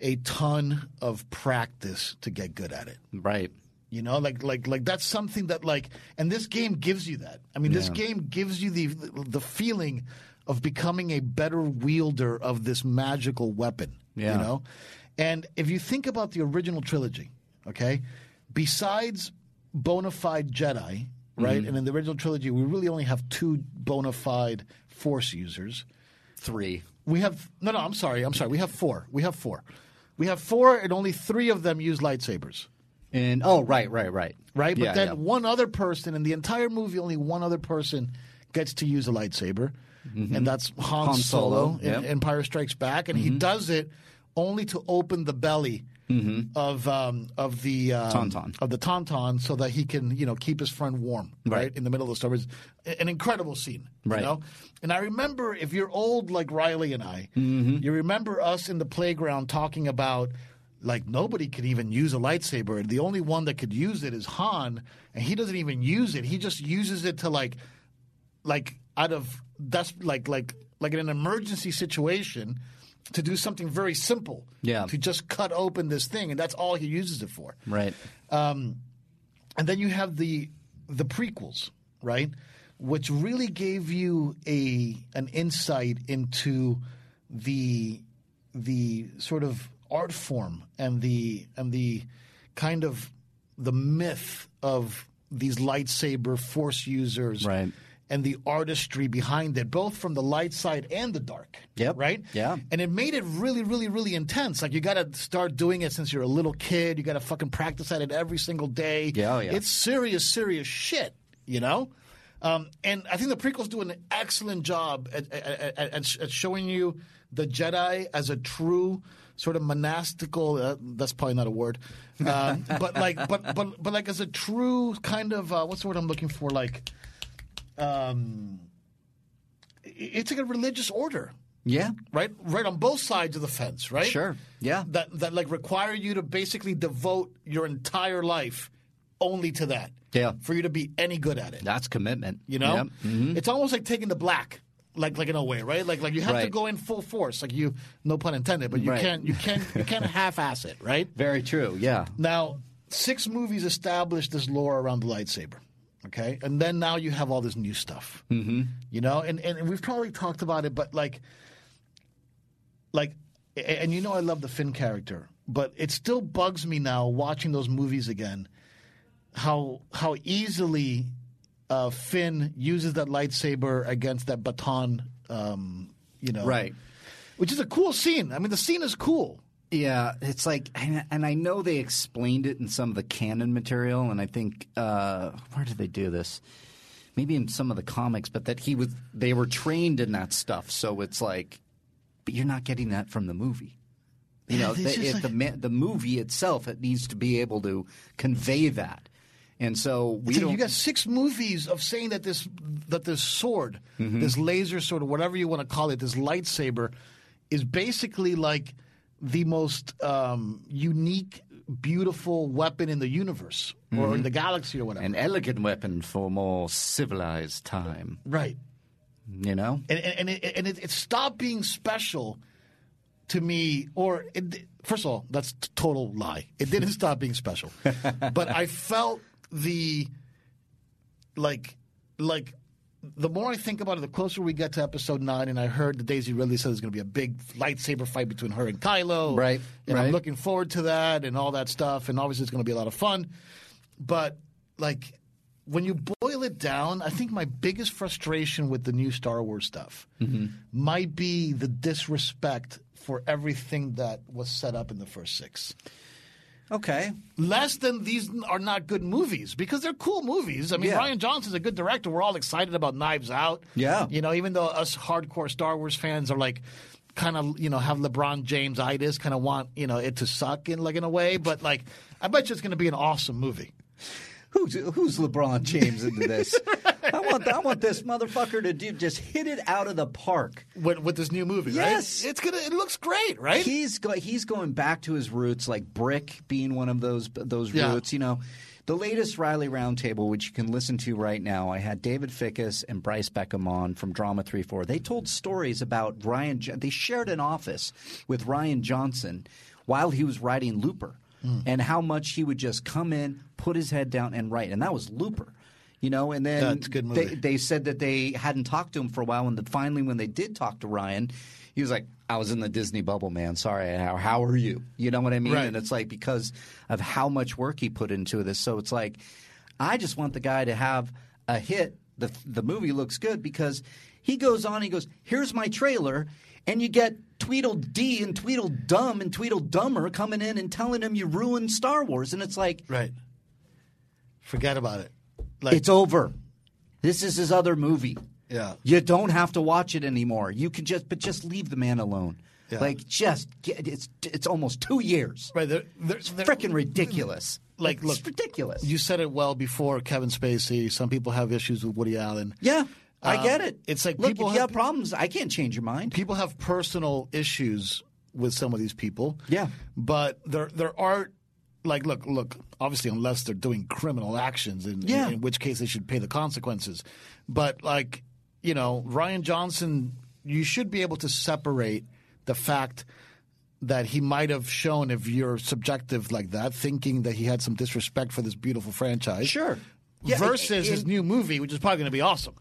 [SPEAKER 6] a ton of practice to get good at it.
[SPEAKER 5] Right.
[SPEAKER 6] You know, like like like that's something that like, and this game gives you that. I mean, this game gives you the the feeling of becoming a better wielder of this magical weapon.
[SPEAKER 5] Yeah.
[SPEAKER 6] You know, and if you think about the original trilogy, okay, besides bona fide Jedi, right, and in the original trilogy, we really only have two bona fide Force users.
[SPEAKER 5] Three.
[SPEAKER 6] We have no, no. I'm sorry. I'm sorry. We have four. We have four. We have four, and only three of them use lightsabers
[SPEAKER 5] And oh, right, right, right,
[SPEAKER 6] right? But
[SPEAKER 5] Yeah,
[SPEAKER 6] then
[SPEAKER 5] yeah.
[SPEAKER 6] one other person in the entire movie, only one other person gets to use a lightsaber, and that's Han,
[SPEAKER 5] Mm-hmm. Han Solo,
[SPEAKER 6] Solo,
[SPEAKER 5] yep. Mm-hmm.
[SPEAKER 6] in Empire Strikes Back, and he does it only to open the belly of um, of the um,
[SPEAKER 5] Mm-hmm. Tauntaun.
[SPEAKER 6] of the tauntaun, so that he can you know keep his friend warm, right?
[SPEAKER 5] Right.
[SPEAKER 6] In the middle of the storm, It's an incredible scene,
[SPEAKER 5] Right.
[SPEAKER 6] You know? And I remember, if you're old like Riley and I,
[SPEAKER 5] Mm-hmm.
[SPEAKER 6] you remember us in the playground talking about like nobody could even use a lightsaber. The only one that could use it is Han, and he doesn't even use it. He just uses it to like, like out of that's like like like in an emergency situation to do something very simple.
[SPEAKER 5] Yeah.
[SPEAKER 6] To just cut open this thing, and that's all he uses it for
[SPEAKER 5] right.
[SPEAKER 6] and then you have the the prequels, right? Which really gave you a an insight into the the sort of art form and the and the kind of the myth of these lightsaber force users
[SPEAKER 5] Right.
[SPEAKER 6] and the artistry behind it, both from the light side and the dark.
[SPEAKER 5] Yep.
[SPEAKER 6] Right?
[SPEAKER 5] Yeah.
[SPEAKER 6] And it made it really, really, really intense. Like you gotta start doing it since you're a little kid. You gotta fucking practice at it every single day.
[SPEAKER 5] Yeah, oh, yeah.
[SPEAKER 6] It's serious, serious shit, you know? Um, and I think the prequels do an excellent job at, at, at, at sh- at showing you the Jedi as a true sort of monastical. Uh, that's probably not a word,
[SPEAKER 5] *laughs*
[SPEAKER 6] um, but like, but but but like as a true kind of uh, what's the word I'm looking for? Like, um, i- it's like a religious order,
[SPEAKER 5] Yeah.
[SPEAKER 6] right? Right on both sides of the fence, right?
[SPEAKER 5] Sure. Yeah.
[SPEAKER 6] That that like require you to basically devote your entire life only to that.
[SPEAKER 5] Yeah.
[SPEAKER 6] For you to be any good at it.
[SPEAKER 5] That's commitment.
[SPEAKER 6] You know?
[SPEAKER 5] Yep. Mm-hmm.
[SPEAKER 6] It's almost like taking the black. Like like in a way, right? Like like you have to
[SPEAKER 5] Right.
[SPEAKER 6] go in full force. Like you no pun intended, but you
[SPEAKER 5] Right.
[SPEAKER 6] can't you can't
[SPEAKER 5] *laughs*
[SPEAKER 6] you can't half ass it, right?
[SPEAKER 5] Very true. Yeah.
[SPEAKER 6] Now, six movies established this lore around the lightsaber. Okay, and then now you have all this new stuff. Mm-hmm. You know, and, and we've probably talked about it, but like, like, a- and you know, I love the Finn character, but it still bugs me now watching those movies again. How how easily uh, Finn uses that lightsaber against that baton, um, you know,
[SPEAKER 5] Right.
[SPEAKER 6] Which is a cool scene. I mean, the scene is cool.
[SPEAKER 5] Yeah, it's like, and, and I know they explained it in some of the canon material, and I think uh, where did they do this? Maybe in some of the comics, but that he was they were trained in that stuff, so it's like, but you're not getting that from the movie. You know,
[SPEAKER 6] it's
[SPEAKER 5] the,
[SPEAKER 6] just
[SPEAKER 5] it,
[SPEAKER 6] like-
[SPEAKER 5] the ma- the movie itself it needs to be able to convey that, and so we
[SPEAKER 6] So
[SPEAKER 5] don't.
[SPEAKER 6] you got six movies of saying that this that this sword,
[SPEAKER 5] Mm-hmm.
[SPEAKER 6] this laser sword, or whatever you want to call it, this lightsaber, is basically like the most um, unique, beautiful weapon in the universe or
[SPEAKER 5] Mm-hmm.
[SPEAKER 6] in the galaxy or whatever.
[SPEAKER 5] an elegant weapon for more civilized time,
[SPEAKER 6] right.
[SPEAKER 5] you know?
[SPEAKER 6] and and and it, and it, it stopped being special to me. Or it, first of all, that's t- total lie. It didn't *laughs* stop being special, but I felt the like like. The more I think about it, the closer we get to episode nine, and I heard that Daisy Ridley said there's going to be a big lightsaber fight between her and Kylo.
[SPEAKER 5] Right,
[SPEAKER 6] And
[SPEAKER 5] right.
[SPEAKER 6] I'm looking forward to that and all that stuff. And obviously, it's going to be a lot of fun. But, like, when you boil it down, I think my biggest frustration with the new Star Wars stuff
[SPEAKER 5] Mm-hmm.
[SPEAKER 6] might be the disrespect for everything that was set up in the first six.
[SPEAKER 5] Okay.
[SPEAKER 6] Less than these are not good movies because they're cool movies. I mean,
[SPEAKER 5] Yeah.
[SPEAKER 6] Ryan Johnson's a good director. We're all excited about Knives Out.
[SPEAKER 5] Yeah.
[SPEAKER 6] You know, even though us hardcore Star Wars fans are like, kind of, you know, have LeBron James itis, kind of want, you know, it to suck in, like, in a way. But, like, I bet you it's going to be an awesome movie.
[SPEAKER 5] Who's, who's LeBron James into this? I want want I want this motherfucker to do just hit it out of the park.
[SPEAKER 6] with, with this new movie,
[SPEAKER 5] Yes.
[SPEAKER 6] right? It's gonna. It looks great, right?
[SPEAKER 5] He's go, he's going back to his roots, like brick being one of those those
[SPEAKER 6] Yeah.
[SPEAKER 5] roots. You know, the latest Riley Roundtable, which you can listen to right now, I had David Fickus and Bryce Beckham on from Drama Three Four. They told stories about Ryan. Jo- They shared an office with Ryan Johnson while he was writing Looper,
[SPEAKER 6] Hmm.
[SPEAKER 5] and how much he would just come in, put his head down, and write. And that was Looper. You know, and then
[SPEAKER 6] That's a good movie.
[SPEAKER 5] They, they said that they hadn't talked to him for a while, and that finally, when they did talk to Ryan, he was like, "I was in the Disney bubble, man. Sorry. How how are you? You know what I mean?"
[SPEAKER 6] Right.
[SPEAKER 5] And it's like because of how much work he put into this. So it's like, I just want the guy to have a hit. the The movie looks good because he goes on. He goes, "Here's my trailer," and you get. Tweedledee and Tweedledum and Tweedledummer coming in and telling him you ruined Star Wars, and it's like,
[SPEAKER 6] Right. Forget about it. Like
[SPEAKER 5] it's over. This is his other movie.
[SPEAKER 6] Yeah.
[SPEAKER 5] You don't have to watch it anymore. You can just, but just leave the man alone.
[SPEAKER 6] Yeah.
[SPEAKER 5] Like, just get it's. It's almost two years.
[SPEAKER 6] right. They're, they're,
[SPEAKER 5] It's
[SPEAKER 6] they're-
[SPEAKER 5] freaking ridiculous.
[SPEAKER 6] Like,
[SPEAKER 5] it's
[SPEAKER 6] look,
[SPEAKER 5] ridiculous.
[SPEAKER 6] You said it well before Kevin Spacey. Some people have issues with Woody Allen.
[SPEAKER 5] yeah, I
[SPEAKER 6] Um,
[SPEAKER 5] get it.
[SPEAKER 6] it's like
[SPEAKER 5] look,
[SPEAKER 6] people
[SPEAKER 5] if you
[SPEAKER 6] have-
[SPEAKER 5] have problems, I can't change your mind.
[SPEAKER 6] People have personal issues with some of these people.
[SPEAKER 5] Yeah.
[SPEAKER 6] But there there are like look look obviously unless they're doing criminal actions in,
[SPEAKER 5] Yeah.
[SPEAKER 6] in, which case they should pay the consequences. But like you know Ryan Johnson, you should be able to separate the fact that he might have shown if you're subjective like that, thinking that he had some disrespect for this beautiful franchise.
[SPEAKER 5] Sure. Yeah, it-
[SPEAKER 6] versus his
[SPEAKER 5] it-
[SPEAKER 6] new movie, which is probably going to be awesome.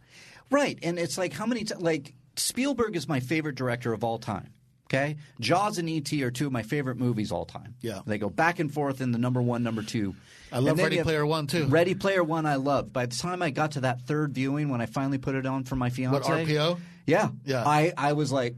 [SPEAKER 5] Right, and it's like how many t- like Spielberg is my favorite director of all time. Okay, Jaws and E.T. are two of my favorite movies all time.
[SPEAKER 6] Yeah.
[SPEAKER 5] they go back and forth in the number one, number two.
[SPEAKER 6] I love
[SPEAKER 5] And then
[SPEAKER 6] Ready
[SPEAKER 5] you have-
[SPEAKER 6] Player One, too.
[SPEAKER 5] Ready Player One, I love. By the time I got to that third viewing, when I finally put it on for my fiance,
[SPEAKER 6] RPO?
[SPEAKER 5] Yeah,
[SPEAKER 6] Yeah.
[SPEAKER 5] I I was like,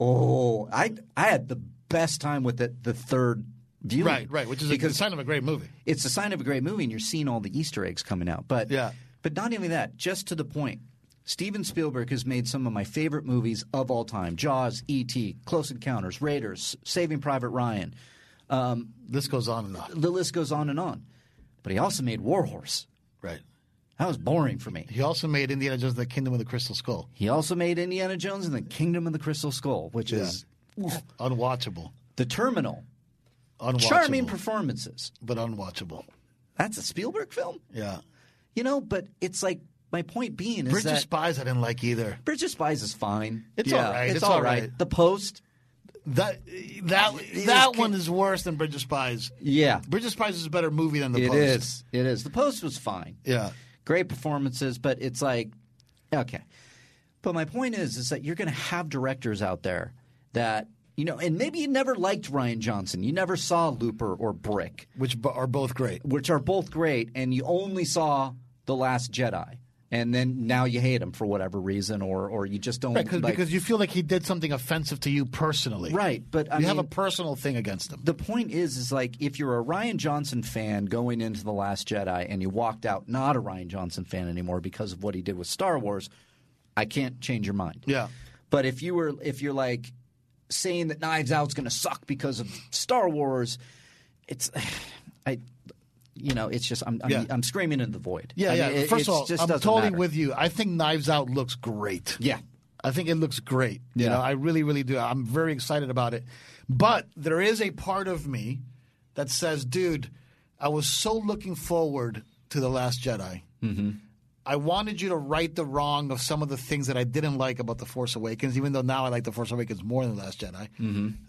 [SPEAKER 5] oh, I I had the best time with it the third viewing.
[SPEAKER 6] Right, right, which is a,
[SPEAKER 5] Because-
[SPEAKER 6] good sign of a great movie.
[SPEAKER 5] it's a sign of a great movie and you're seeing all the Easter eggs coming out. But
[SPEAKER 6] Yeah.
[SPEAKER 5] but not only that, just to the point. Steven Spielberg has made some of my favorite movies of all time: Jaws, E.T., Close Encounters, Raiders, Saving Private Ryan.
[SPEAKER 6] This goes on and on.
[SPEAKER 5] The list goes on and on. But he also made War Horse.
[SPEAKER 6] Right.
[SPEAKER 5] That was boring for me.
[SPEAKER 6] He also made Indiana Jones and the Kingdom of the Crystal Skull.
[SPEAKER 5] He also made Indiana Jones and the Kingdom of the Crystal Skull, which is
[SPEAKER 6] Unwatchable.
[SPEAKER 5] The Terminal.
[SPEAKER 6] Unwatchable.
[SPEAKER 5] Charming performances.
[SPEAKER 6] but unwatchable.
[SPEAKER 5] That's a Spielberg film,
[SPEAKER 6] Yeah.
[SPEAKER 5] you know. But it's like my point being is
[SPEAKER 6] Bridge of
[SPEAKER 5] that
[SPEAKER 6] Spies I didn't like either.
[SPEAKER 5] Bridge of Spies is fine.
[SPEAKER 6] It's all right,
[SPEAKER 5] It's,
[SPEAKER 6] it's
[SPEAKER 5] all
[SPEAKER 6] all
[SPEAKER 5] right.
[SPEAKER 6] right.
[SPEAKER 5] The Post.
[SPEAKER 6] That that
[SPEAKER 5] was
[SPEAKER 6] that
[SPEAKER 5] ki-
[SPEAKER 6] one is worse than Bridge of Spies.
[SPEAKER 5] Yeah.
[SPEAKER 6] Bridge of Spies is a better movie than the
[SPEAKER 5] it
[SPEAKER 6] Post.
[SPEAKER 5] is. It is. The Post was fine.
[SPEAKER 6] Yeah.
[SPEAKER 5] Great performances, but it's like, okay. But my point is, is that you're going to have directors out there that you know, and maybe you never liked Ryan Johnson. You never saw Looper or Brick,
[SPEAKER 6] Which b- are both great.
[SPEAKER 5] which are both great, and you only saw The Last Jedi, and then now you hate him for whatever reason, or or you just don't
[SPEAKER 6] Right, 'cause-
[SPEAKER 5] like-
[SPEAKER 6] because you feel like he did something offensive to you personally.
[SPEAKER 5] right. But I
[SPEAKER 6] you
[SPEAKER 5] mean,
[SPEAKER 6] have a personal thing against him.
[SPEAKER 5] the point is is like if you're a Ryan Johnson fan going into the last Jedi and you walked out not a Ryan Johnson fan anymore because of what he did with Star Wars, I can't change your mind.
[SPEAKER 6] Yeah.
[SPEAKER 5] But if you were if you're like saying that Knives Out's going to suck because of Star Wars, it's *sighs* I you know, it's just I'm I'm,
[SPEAKER 6] Yeah.
[SPEAKER 5] I'm screaming into the void.
[SPEAKER 6] Yeah,
[SPEAKER 5] I
[SPEAKER 6] yeah.
[SPEAKER 5] mean, it-
[SPEAKER 6] First
[SPEAKER 5] it's
[SPEAKER 6] of all,
[SPEAKER 5] just
[SPEAKER 6] I'm
[SPEAKER 5] doesn't
[SPEAKER 6] totally
[SPEAKER 5] matter.
[SPEAKER 6] with you. I think Knives Out looks great.
[SPEAKER 5] Yeah.
[SPEAKER 6] I think it looks great. You
[SPEAKER 5] Yeah.
[SPEAKER 6] know, I really, really do. I'm very excited about it. But there is a part of me that says, dude, I was so looking forward to The Last Jedi. Mm-hmm. I wanted you to right the wrong of some of the things that I didn't like about The Force Awakens, even though now I like The Force Awakens more than The Last Jedi.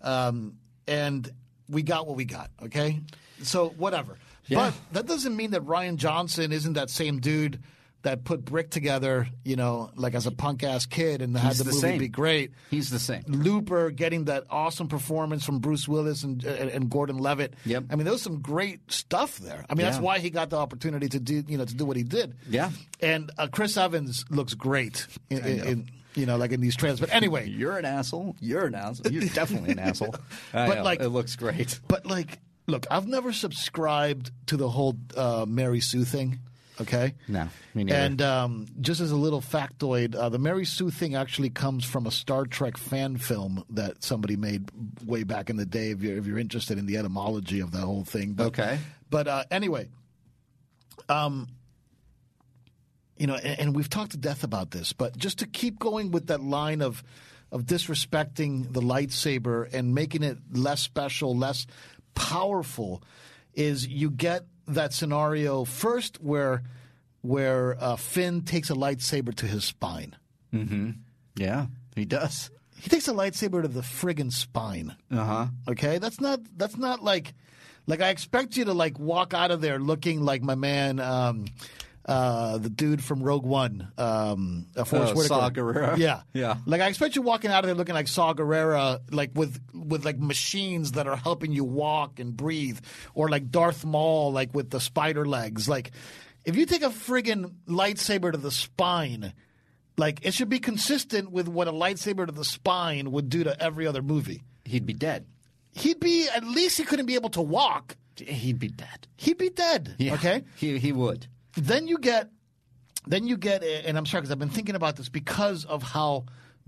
[SPEAKER 6] Um, and we got what we got, okay? So, whatever. But that doesn't mean that Ryan Johnson isn't that same dude that put Brick together, you know, like as a punk ass kid and had
[SPEAKER 5] He's
[SPEAKER 6] the,
[SPEAKER 5] the
[SPEAKER 6] movie
[SPEAKER 5] same.
[SPEAKER 6] be great.
[SPEAKER 5] He's the same.
[SPEAKER 6] Looper getting that awesome performance from Bruce Willis and and, and Gordon Levitt.
[SPEAKER 5] Yep.
[SPEAKER 6] I mean, there was some great stuff there. I mean, that's
[SPEAKER 5] Yeah.
[SPEAKER 6] why he got the opportunity to do you know to do what he did.
[SPEAKER 5] Yeah.
[SPEAKER 6] And uh, Chris Evans looks great in, in, in you know like in these trends. But anyway,
[SPEAKER 5] You're an asshole. You're an asshole. You're definitely an asshole. I
[SPEAKER 6] *laughs* But,
[SPEAKER 5] know.
[SPEAKER 6] like-
[SPEAKER 5] it looks great.
[SPEAKER 6] *laughs* but like, look, I've never subscribed to the whole uh, Mary Sue thing. Okay.
[SPEAKER 5] No, me neither.
[SPEAKER 6] And um, just as a little factoid, uh, the Mary Sue thing actually comes from a Star Trek fan film that somebody made way back in the day. If you're if you're interested in the etymology of the whole thing, but, uh,
[SPEAKER 5] Okay.
[SPEAKER 6] But uh, anyway, um, you know, and, and we've talked to death about this, but just to keep going with that line of of disrespecting the lightsaber and making it less special, less powerful, is you get that scenario first where where uh, Finn takes a lightsaber to his spine.
[SPEAKER 5] Yeah, he does.
[SPEAKER 6] He takes a lightsaber to the friggin' spine. Uh
[SPEAKER 5] Uh-huh.
[SPEAKER 6] huh. Okay, that's not that's not like like I expect you to like walk out of there looking like my man, um, uh, the dude from Rogue One, um, uh, Forrest
[SPEAKER 5] Oh,
[SPEAKER 6] Whitaker.
[SPEAKER 5] Saw Gerrera.
[SPEAKER 6] Yeah,
[SPEAKER 5] Yeah.
[SPEAKER 6] Like I expect you walking out of there looking like Saw Gerrera, like with with like machines that are helping you walk and breathe, or like Darth Maul, like with the spider legs. Like if you take a friggin' lightsaber to the spine. Like it should be consistent with what a lightsaber to the spine would do to every other movie.
[SPEAKER 5] He'd be dead.
[SPEAKER 6] He'd be at least he couldn't be able to walk.
[SPEAKER 5] He'd be dead.
[SPEAKER 6] He'd be dead.
[SPEAKER 5] Yeah.
[SPEAKER 6] Okay.
[SPEAKER 5] He he would.
[SPEAKER 6] Then you get, then you get, and I'm sorry because I've been thinking about this because of how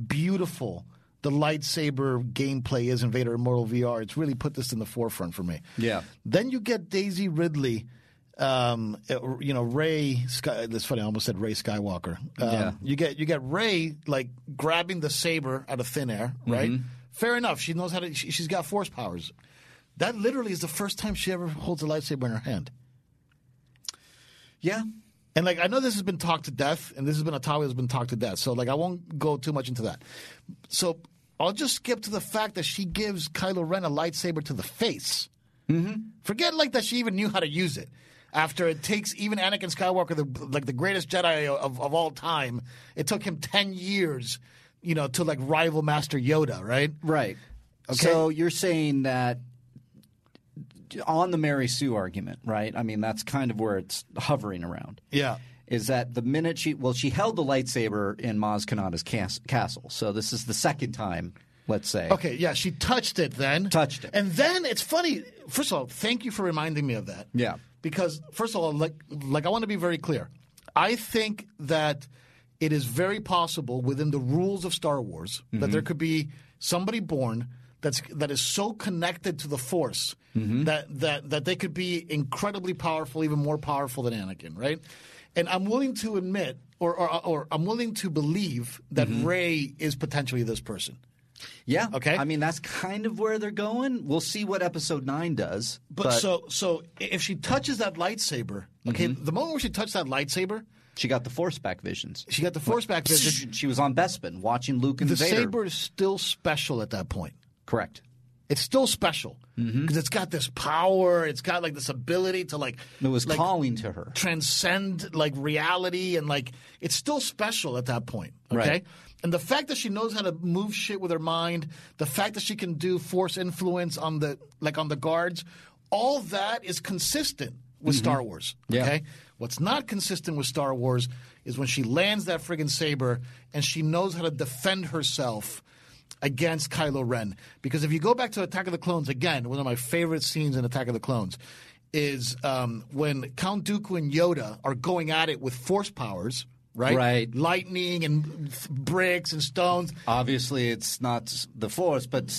[SPEAKER 6] beautiful the lightsaber gameplay is in Vader Immortal VR. It's really put this in the forefront for me.
[SPEAKER 5] Yeah.
[SPEAKER 6] Then you get Daisy Ridley. Um, uh, you know Ray. Sky, that's funny. I almost said Ray Skywalker. Um,
[SPEAKER 5] Yeah.
[SPEAKER 6] You get you get Ray like grabbing the saber out of thin air, right?
[SPEAKER 5] Mm-hmm.
[SPEAKER 6] Fair enough. She knows how to. She, she's got force powers. That literally is the first time she ever holds a lightsaber in her hand.
[SPEAKER 5] Yeah.
[SPEAKER 6] And like I know this has been talked to death, and this has been a topic that's been talked to death. So like I won't go too much into that. So I'll just skip to the fact that she gives Kylo Ren a lightsaber to the face. Mm-hmm. Forget like that she even knew how to use it. After it takes even Anakin Skywalker, the, like the greatest Jedi of, of all time, it took him ten years, you know, to like rival Master Yoda, right?
[SPEAKER 5] Right. So you're saying that on the Mary Sue argument, right? I mean, that's kind of where it's hovering around.
[SPEAKER 6] Yeah.
[SPEAKER 5] Is that the minute she well, she held the lightsaber in Maz Kanata's cas- castle. So this is the second time, let's say.
[SPEAKER 6] Okay, yeah, she touched it then.
[SPEAKER 5] Touched it.
[SPEAKER 6] And then it's funny. First of all, thank you for reminding me of that.
[SPEAKER 5] Yeah.
[SPEAKER 6] Because first of all, like like I want to be very clear. I think that it is very possible within the rules of Star Wars
[SPEAKER 5] Mm-hmm.
[SPEAKER 6] that there could be somebody born that's that is so connected to the force
[SPEAKER 5] Mm-hmm.
[SPEAKER 6] that, that that they could be incredibly powerful, even more powerful than Anakin, right? And I'm willing to admit or or, or I'm willing to believe that
[SPEAKER 5] Mm-hmm.
[SPEAKER 6] Ray is potentially this person.
[SPEAKER 5] Yeah.
[SPEAKER 6] Okay.
[SPEAKER 5] I mean, that's kind of where they're going. We'll see what episode nine does.
[SPEAKER 6] But, so so if she touches that lightsaber, okay,
[SPEAKER 5] Mm-hmm.
[SPEAKER 6] the moment where she touched that lightsaber,
[SPEAKER 5] she got the force back visions.
[SPEAKER 6] she got the force back
[SPEAKER 5] She,
[SPEAKER 6] vision.
[SPEAKER 5] she was on Bespin watching Luke and
[SPEAKER 6] The
[SPEAKER 5] Vader.
[SPEAKER 6] saber is still special at that point.
[SPEAKER 5] Correct.
[SPEAKER 6] It's still special because
[SPEAKER 5] Mm-hmm.
[SPEAKER 6] it's got this power. It's got like this ability to like
[SPEAKER 5] It was
[SPEAKER 6] like,
[SPEAKER 5] calling to her.
[SPEAKER 6] transcend like reality and like it's still special at that point. Okay.
[SPEAKER 5] Right.
[SPEAKER 6] And the fact that she knows how to move shit with her mind, the fact that she can do force influence on the like on the guards, all that is consistent with Star Wars.
[SPEAKER 5] Yeah.
[SPEAKER 6] Okay. What's not consistent with Star Wars is when she lands that friggin' saber and she knows how to defend herself against Kylo Ren. Because if you go back to Attack of the Clones again, one of my favorite scenes in Attack of the Clones is um, when Count Dooku and Yoda are going at it with force powers, right?
[SPEAKER 5] Right.
[SPEAKER 6] Lightning and th- bricks and stones.
[SPEAKER 5] Obviously, it's not the force, but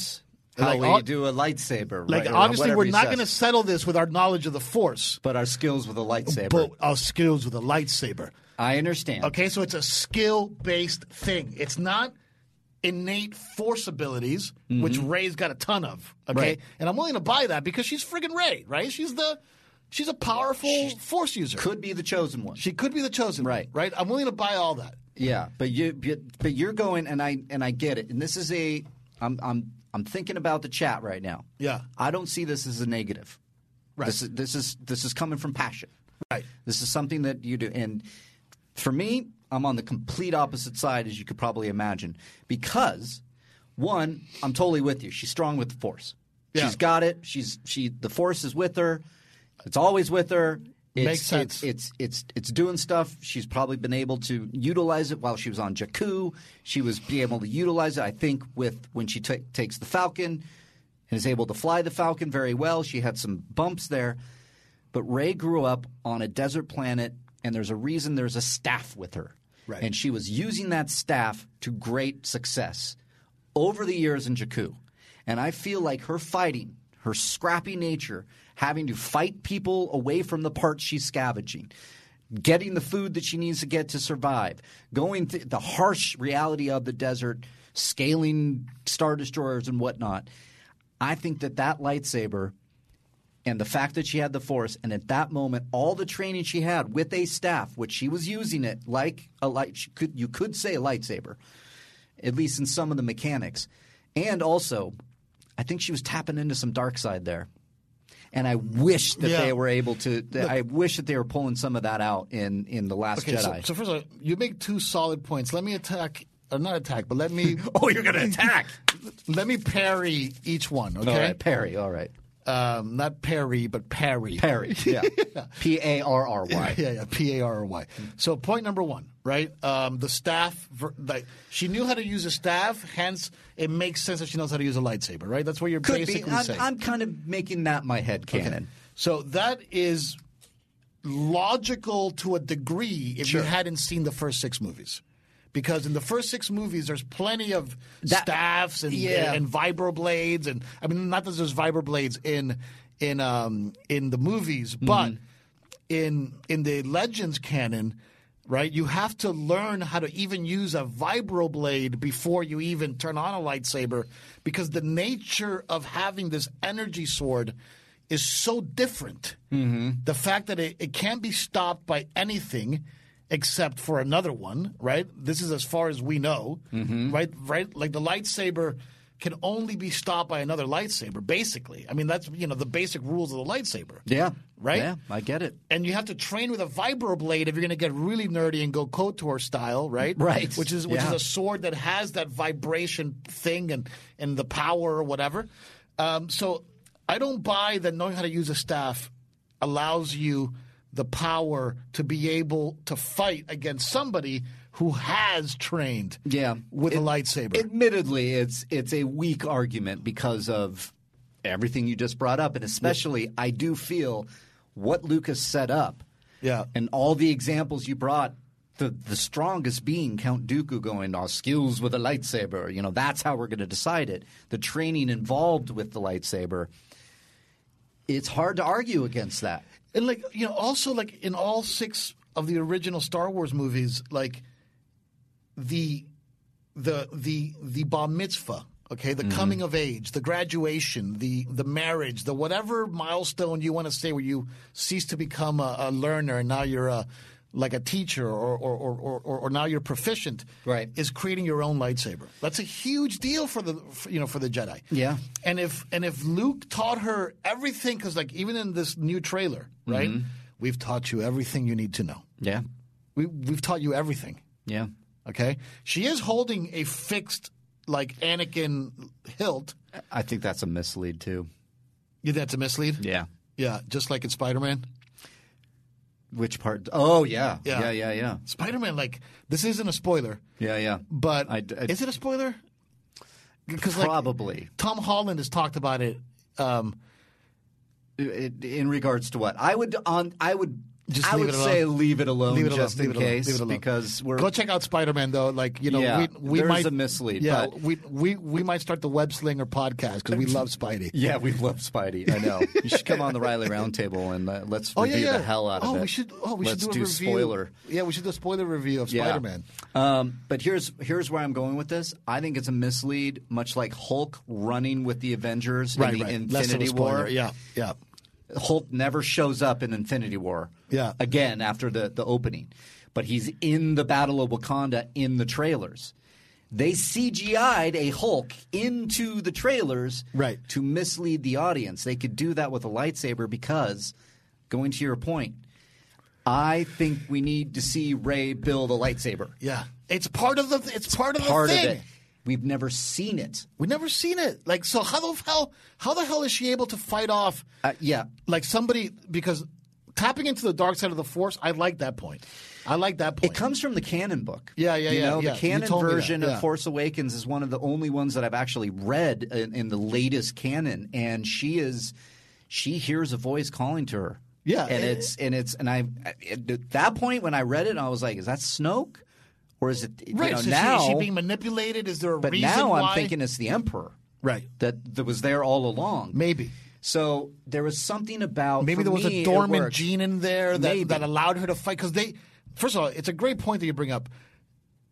[SPEAKER 5] how
[SPEAKER 6] Like,
[SPEAKER 5] we
[SPEAKER 6] ob-
[SPEAKER 5] do a lightsaber.
[SPEAKER 6] Like
[SPEAKER 5] right, or
[SPEAKER 6] obviously,
[SPEAKER 5] whatever
[SPEAKER 6] we're
[SPEAKER 5] he
[SPEAKER 6] not
[SPEAKER 5] says.
[SPEAKER 6] going to settle this with our knowledge of the Force,
[SPEAKER 5] But our skills with a lightsaber.
[SPEAKER 6] but our skills with a lightsaber.
[SPEAKER 5] I understand.
[SPEAKER 6] Okay, so it's a skill based thing. It's not innate force abilities, which Ray's got a ton of. Okay,
[SPEAKER 5] Mm-hmm. Right.
[SPEAKER 6] and I'm willing to buy that because she's friggin' Ray, right? She's the she's a powerful force user.
[SPEAKER 5] Could be the chosen one.
[SPEAKER 6] she could be the chosen, one,
[SPEAKER 5] Right.
[SPEAKER 6] Right. I'm willing to buy all that.
[SPEAKER 5] Yeah, but you but- but you're going and I and I get it. And this is a I'm I'm I'm thinking about the chat right now.
[SPEAKER 6] Yeah.
[SPEAKER 5] I don't see this as a negative.
[SPEAKER 6] Right.
[SPEAKER 5] This is this is this is coming from passion.
[SPEAKER 6] Right.
[SPEAKER 5] This is something that you do and for me, I'm on the complete opposite side as you could probably imagine because one, I'm totally with you. She's strong with the force.
[SPEAKER 6] Yeah.
[SPEAKER 5] She's got it. She's she the force is with her. It's always with her. It's,
[SPEAKER 6] Makes sense.
[SPEAKER 5] it's- it's it's it's doing stuff. She's probably been able to utilize it while she was on Jakku. She was be able to utilize it. I think with when she ta takes the Falcon and is able to fly the Falcon very well. She had some bumps there, but Ray grew up on a desert planet, and there's a reason there's a staff with her,
[SPEAKER 6] Right.
[SPEAKER 5] and she was using that staff to great success over the years in Jakku. And I feel like her fighting, her scrappy nature, having to fight people away from the parts she's scavenging, getting the food that she needs to get to survive, going th- the harsh reality of the desert, scaling star destroyers and whatnot. I think that that lightsaber and the fact that she had the force and at that moment all the training she had with a staff which she was using it like a light she could, you could say a lightsaber at least in some of the mechanics and also i think she was tapping into some dark side there and i wish that
[SPEAKER 6] Yeah.
[SPEAKER 5] they were able to that i wish that they were pulling some of that out in in the last
[SPEAKER 6] Okay, so,
[SPEAKER 5] jedi
[SPEAKER 6] so first of all, you make two solid points. Let me attack, or not attack, but let me
[SPEAKER 5] *laughs* oh you're
[SPEAKER 6] *laughs*
[SPEAKER 5] gonna attack
[SPEAKER 6] let me parry each one.
[SPEAKER 5] all
[SPEAKER 6] Okay,
[SPEAKER 5] right parry all right
[SPEAKER 6] um, not parry, but parry. *laughs*
[SPEAKER 5] parry *laughs* yeah p-a-r-r-y
[SPEAKER 6] Yeah, yeah, P A R R Y. So point number one, right? Um, the staff, ver- like she knew how to use a staff, hence it makes sense that she knows how to use a lightsaber, right? That's what you're
[SPEAKER 5] could be
[SPEAKER 6] basically
[SPEAKER 5] I'm,
[SPEAKER 6] saying.
[SPEAKER 5] I'm kind of making that my head canon
[SPEAKER 6] So that is logical to a degree if you hadn't seen the first six movies. Because in the first six movies, there's plenty of
[SPEAKER 5] That-
[SPEAKER 6] staffs and,
[SPEAKER 5] yeah.
[SPEAKER 6] and vibroblades, and I mean, not that there's vibroblades in in um, in the movies,
[SPEAKER 5] Mm-hmm.
[SPEAKER 6] but in in the Legends canon, right? You have to learn how to even use a vibroblade before you even turn on a lightsaber, because the nature of having this energy sword is so different. The fact that it, it can't be stopped by anything except for another one, right? This is as far as we know, right? Right, like the lightsaber. Can only be stopped by another lightsaber, basically. I mean, that's you know the basic rules of the lightsaber.
[SPEAKER 5] yeah
[SPEAKER 6] Right?
[SPEAKER 5] yeah i get it
[SPEAKER 6] and you have to train with a vibroblade if you're going to get really nerdy and go Kotor style, right?
[SPEAKER 5] Right.
[SPEAKER 6] Which is which
[SPEAKER 5] Yeah.
[SPEAKER 6] is a sword that has that vibration thing and and the power or whatever. Um, so I don't buy that knowing how to use a staff allows you the power to be able to fight against somebody who has trained
[SPEAKER 5] Yeah.
[SPEAKER 6] with a
[SPEAKER 5] It-
[SPEAKER 6] lightsaber.
[SPEAKER 5] Admittedly, it's it's a weak argument because of everything you just brought up, and especially I do feel what Lucas set up.
[SPEAKER 6] Yeah.
[SPEAKER 5] and all the examples you brought. The, the strongest being Count Dooku going, our skills with a lightsaber, you know, that's how we're going to decide it. The training involved with the lightsaber, it's hard to argue against that.
[SPEAKER 6] And like you know, also like in all six of the original Star Wars movies, like the the the the bar mitzvah, okay, the coming of age, the graduation, the the marriage, the whatever milestone you want to say where you cease to become a, a learner and now you're a like a teacher or or, or, or, or or now you're proficient
[SPEAKER 5] Right.
[SPEAKER 6] is creating your own lightsaber. That's a huge deal for the for, you know for the Jedi.
[SPEAKER 5] Yeah.
[SPEAKER 6] And if and if Luke taught her everything, because like even in this new trailer, right?
[SPEAKER 5] Mm-hmm.
[SPEAKER 6] We've taught you everything you need to know.
[SPEAKER 5] Yeah.
[SPEAKER 6] We we've taught you everything.
[SPEAKER 5] Yeah.
[SPEAKER 6] Okay. She is holding a fixed like Anakin hilt.
[SPEAKER 5] I think that's a mislead, too.
[SPEAKER 6] You think that's a mislead?
[SPEAKER 5] Yeah.
[SPEAKER 6] Yeah. Just like in Spider Man.
[SPEAKER 5] Which part? Oh, yeah.
[SPEAKER 6] Yeah.
[SPEAKER 5] Yeah, yeah, yeah.
[SPEAKER 6] Spider Man, like this isn't a spoiler,
[SPEAKER 5] Yeah, yeah.
[SPEAKER 6] but
[SPEAKER 5] I d- I-
[SPEAKER 6] is it a spoiler? Because
[SPEAKER 5] Probably.
[SPEAKER 6] Tom Holland has talked about it. Um,
[SPEAKER 5] it- in regards to what I would on I would
[SPEAKER 6] Just
[SPEAKER 5] I
[SPEAKER 6] leave
[SPEAKER 5] would
[SPEAKER 6] it alone.
[SPEAKER 5] say leave it alone
[SPEAKER 6] leave it alone.
[SPEAKER 5] just
[SPEAKER 6] leave
[SPEAKER 5] in
[SPEAKER 6] it alone,
[SPEAKER 5] case
[SPEAKER 6] leave it alone.
[SPEAKER 5] because we're
[SPEAKER 6] go check out Spider Man though. Like you know,
[SPEAKER 5] Yeah,
[SPEAKER 6] we we
[SPEAKER 5] there's
[SPEAKER 6] might
[SPEAKER 5] a mislead,
[SPEAKER 6] Yeah,
[SPEAKER 5] but-
[SPEAKER 6] we, we we might start the Web Slinger podcast because we love Spidey.
[SPEAKER 5] yeah we love Spidey I
[SPEAKER 6] *laughs*
[SPEAKER 5] know you should come on the Riley Roundtable and uh, let's
[SPEAKER 6] Oh yeah,
[SPEAKER 5] review
[SPEAKER 6] yeah.
[SPEAKER 5] the hell out of
[SPEAKER 6] oh,
[SPEAKER 5] it
[SPEAKER 6] we should. Oh, we
[SPEAKER 5] let's
[SPEAKER 6] should do,
[SPEAKER 5] do
[SPEAKER 6] a review.
[SPEAKER 5] spoiler
[SPEAKER 6] Yeah, we should do a spoiler review of
[SPEAKER 5] Yeah.
[SPEAKER 6] Spider Man.
[SPEAKER 5] Um, but here's here's where I'm going with this. I think it's a mislead, much like Hulk running with the Avengers in the
[SPEAKER 6] Less of a
[SPEAKER 5] Infinity
[SPEAKER 6] spoiler.
[SPEAKER 5] War.
[SPEAKER 6] Yeah, yeah.
[SPEAKER 5] Hulk never shows up in Infinity War.
[SPEAKER 6] Yeah.
[SPEAKER 5] Again after the the opening, but he's in the Battle of Wakanda in the trailers. They CGI'd a Hulk into the trailers
[SPEAKER 6] Right.
[SPEAKER 5] to mislead the audience. They could do that with a lightsaber because going to your point, I think we need to see Ray build a lightsaber.
[SPEAKER 6] Yeah, it's part of the. It's part of
[SPEAKER 5] Part
[SPEAKER 6] the
[SPEAKER 5] of
[SPEAKER 6] thing.
[SPEAKER 5] it. We've never seen it.
[SPEAKER 6] We've never seen it. Like, so how the hell? How the hell is she able to fight off?
[SPEAKER 5] Uh, yeah.
[SPEAKER 6] like somebody because tapping into the dark side of the force. I like that point. I like that point.
[SPEAKER 5] It comes from the canon book.
[SPEAKER 6] Yeah, yeah,
[SPEAKER 5] you
[SPEAKER 6] yeah,
[SPEAKER 5] Know?
[SPEAKER 6] yeah.
[SPEAKER 5] The
[SPEAKER 6] You
[SPEAKER 5] canon
[SPEAKER 6] told me that,
[SPEAKER 5] version
[SPEAKER 6] yeah.
[SPEAKER 5] of Force Awakens is one of the only ones that I've actually read in, in the latest canon, and she is she hears a voice calling to her.
[SPEAKER 6] Yeah,
[SPEAKER 5] and
[SPEAKER 6] it-
[SPEAKER 5] it's and it's and I at that point when I read it, I was like, is that Snoke, or is it you
[SPEAKER 6] Right.
[SPEAKER 5] know,
[SPEAKER 6] so she-
[SPEAKER 5] now?
[SPEAKER 6] is she being manipulated? Is there a
[SPEAKER 5] but
[SPEAKER 6] reason
[SPEAKER 5] now
[SPEAKER 6] why?
[SPEAKER 5] I'm thinking it's the Emperor,
[SPEAKER 6] Right.
[SPEAKER 5] That that was there all along.
[SPEAKER 6] Maybe.
[SPEAKER 5] So there was something about
[SPEAKER 6] Maybe
[SPEAKER 5] for
[SPEAKER 6] there was
[SPEAKER 5] me,
[SPEAKER 6] a
[SPEAKER 5] it
[SPEAKER 6] dormant
[SPEAKER 5] worked.
[SPEAKER 6] gene in there
[SPEAKER 5] Maybe.
[SPEAKER 6] that, that allowed her to fight. Because they, first of all, it's a great point that you bring up.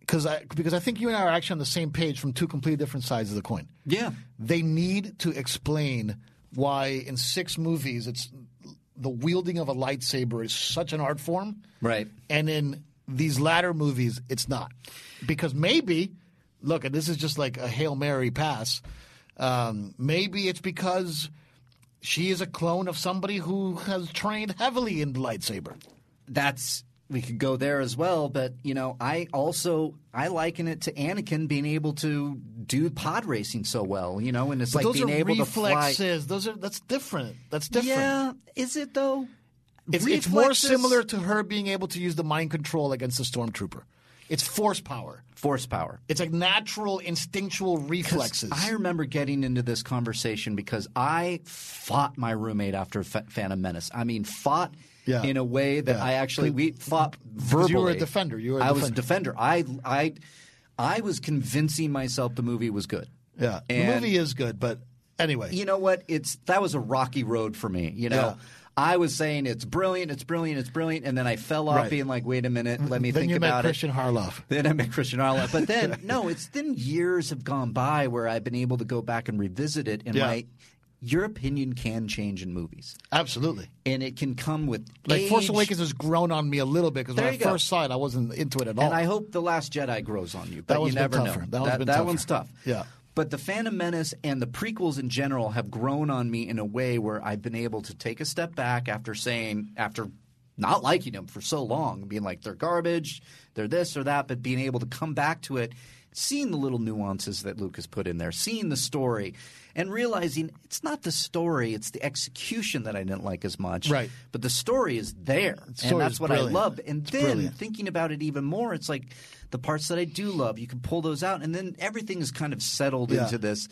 [SPEAKER 6] Because I because I think you and I are actually on the same page from two completely different sides of the coin.
[SPEAKER 5] Yeah.
[SPEAKER 6] they need to explain why in six movies it's the wielding of a lightsaber is such an art form,
[SPEAKER 5] Right.
[SPEAKER 6] And in these latter movies, it's not because maybe look, and this is just like a hail mary pass. Um, maybe it's because she is a clone of somebody who has trained heavily in lightsaber.
[SPEAKER 5] that's we could go there as well, but you know, I also I liken it to Anakin being able to do pod racing so well, you know, and it's like
[SPEAKER 6] Those
[SPEAKER 5] being
[SPEAKER 6] are
[SPEAKER 5] able to fly.
[SPEAKER 6] reflexes. Those are that's different. That's different.
[SPEAKER 5] Yeah, is it though?
[SPEAKER 6] It's, it's more
[SPEAKER 5] Reflexes-
[SPEAKER 6] similar to her being able to use the mind control against the stormtrooper. It's force power.
[SPEAKER 5] force power.
[SPEAKER 6] It's like natural, instinctual reflexes.
[SPEAKER 5] I remember getting into this conversation because I fought my roommate after Ph- Phantom Menace. I mean, fought
[SPEAKER 6] Yeah.
[SPEAKER 5] in a way that
[SPEAKER 6] Yeah.
[SPEAKER 5] I actually we fought
[SPEAKER 6] 'Cause
[SPEAKER 5] verbally.
[SPEAKER 6] you were a defender. You were a
[SPEAKER 5] I was a defender. I I I was convincing myself the movie was good.
[SPEAKER 6] yeah, the
[SPEAKER 5] And-
[SPEAKER 6] movie is good, but anyway,
[SPEAKER 5] you know what? It's that was a rocky road for me. You know,
[SPEAKER 6] Yeah.
[SPEAKER 5] I was saying it's brilliant, it's brilliant, it's brilliant, and then I fell off
[SPEAKER 6] Right.
[SPEAKER 5] being like, wait a minute, let me
[SPEAKER 6] then
[SPEAKER 5] think
[SPEAKER 6] you met
[SPEAKER 5] about
[SPEAKER 6] Christian
[SPEAKER 5] it.
[SPEAKER 6] Harloff.
[SPEAKER 5] Then I met Christian Arlen. But
[SPEAKER 6] *laughs*
[SPEAKER 5] then no, it's then years have gone by where I've been able to go back and revisit it, and
[SPEAKER 6] Yeah.
[SPEAKER 5] my your opinion can change in movies,
[SPEAKER 6] Absolutely.
[SPEAKER 5] and it can come with
[SPEAKER 6] Like Force
[SPEAKER 5] age,
[SPEAKER 6] Awakens has grown on me a little bit because when
[SPEAKER 5] There
[SPEAKER 6] I
[SPEAKER 5] you go.
[SPEAKER 6] first saw it, I wasn't into it at all.
[SPEAKER 5] And I hope the Last Jedi grows on you, but
[SPEAKER 6] That one's
[SPEAKER 5] you
[SPEAKER 6] been
[SPEAKER 5] never
[SPEAKER 6] tougher.
[SPEAKER 5] know.
[SPEAKER 6] That one's been tougher.
[SPEAKER 5] one's tough.
[SPEAKER 6] Yeah.
[SPEAKER 5] But the Phantom Menace and the prequels in general have grown on me in a way where I've been able to take a step back after saying after not liking them for so long, being like they're garbage, they're this or that, but being able to come back to it, seeing the little nuances that Lucas put in there, seeing the story, and realizing it's not the story, it's the execution that I didn't like as much.
[SPEAKER 6] Right.
[SPEAKER 5] But the story is there. and
[SPEAKER 6] story
[SPEAKER 5] that's
[SPEAKER 6] is
[SPEAKER 5] what
[SPEAKER 6] brilliant.
[SPEAKER 5] I love. And
[SPEAKER 6] It's
[SPEAKER 5] then
[SPEAKER 6] brilliant.
[SPEAKER 5] thinking about it even more, it's like the parts that I do love, you can pull those out, and then everything is kind of settled
[SPEAKER 6] Yeah.
[SPEAKER 5] into this.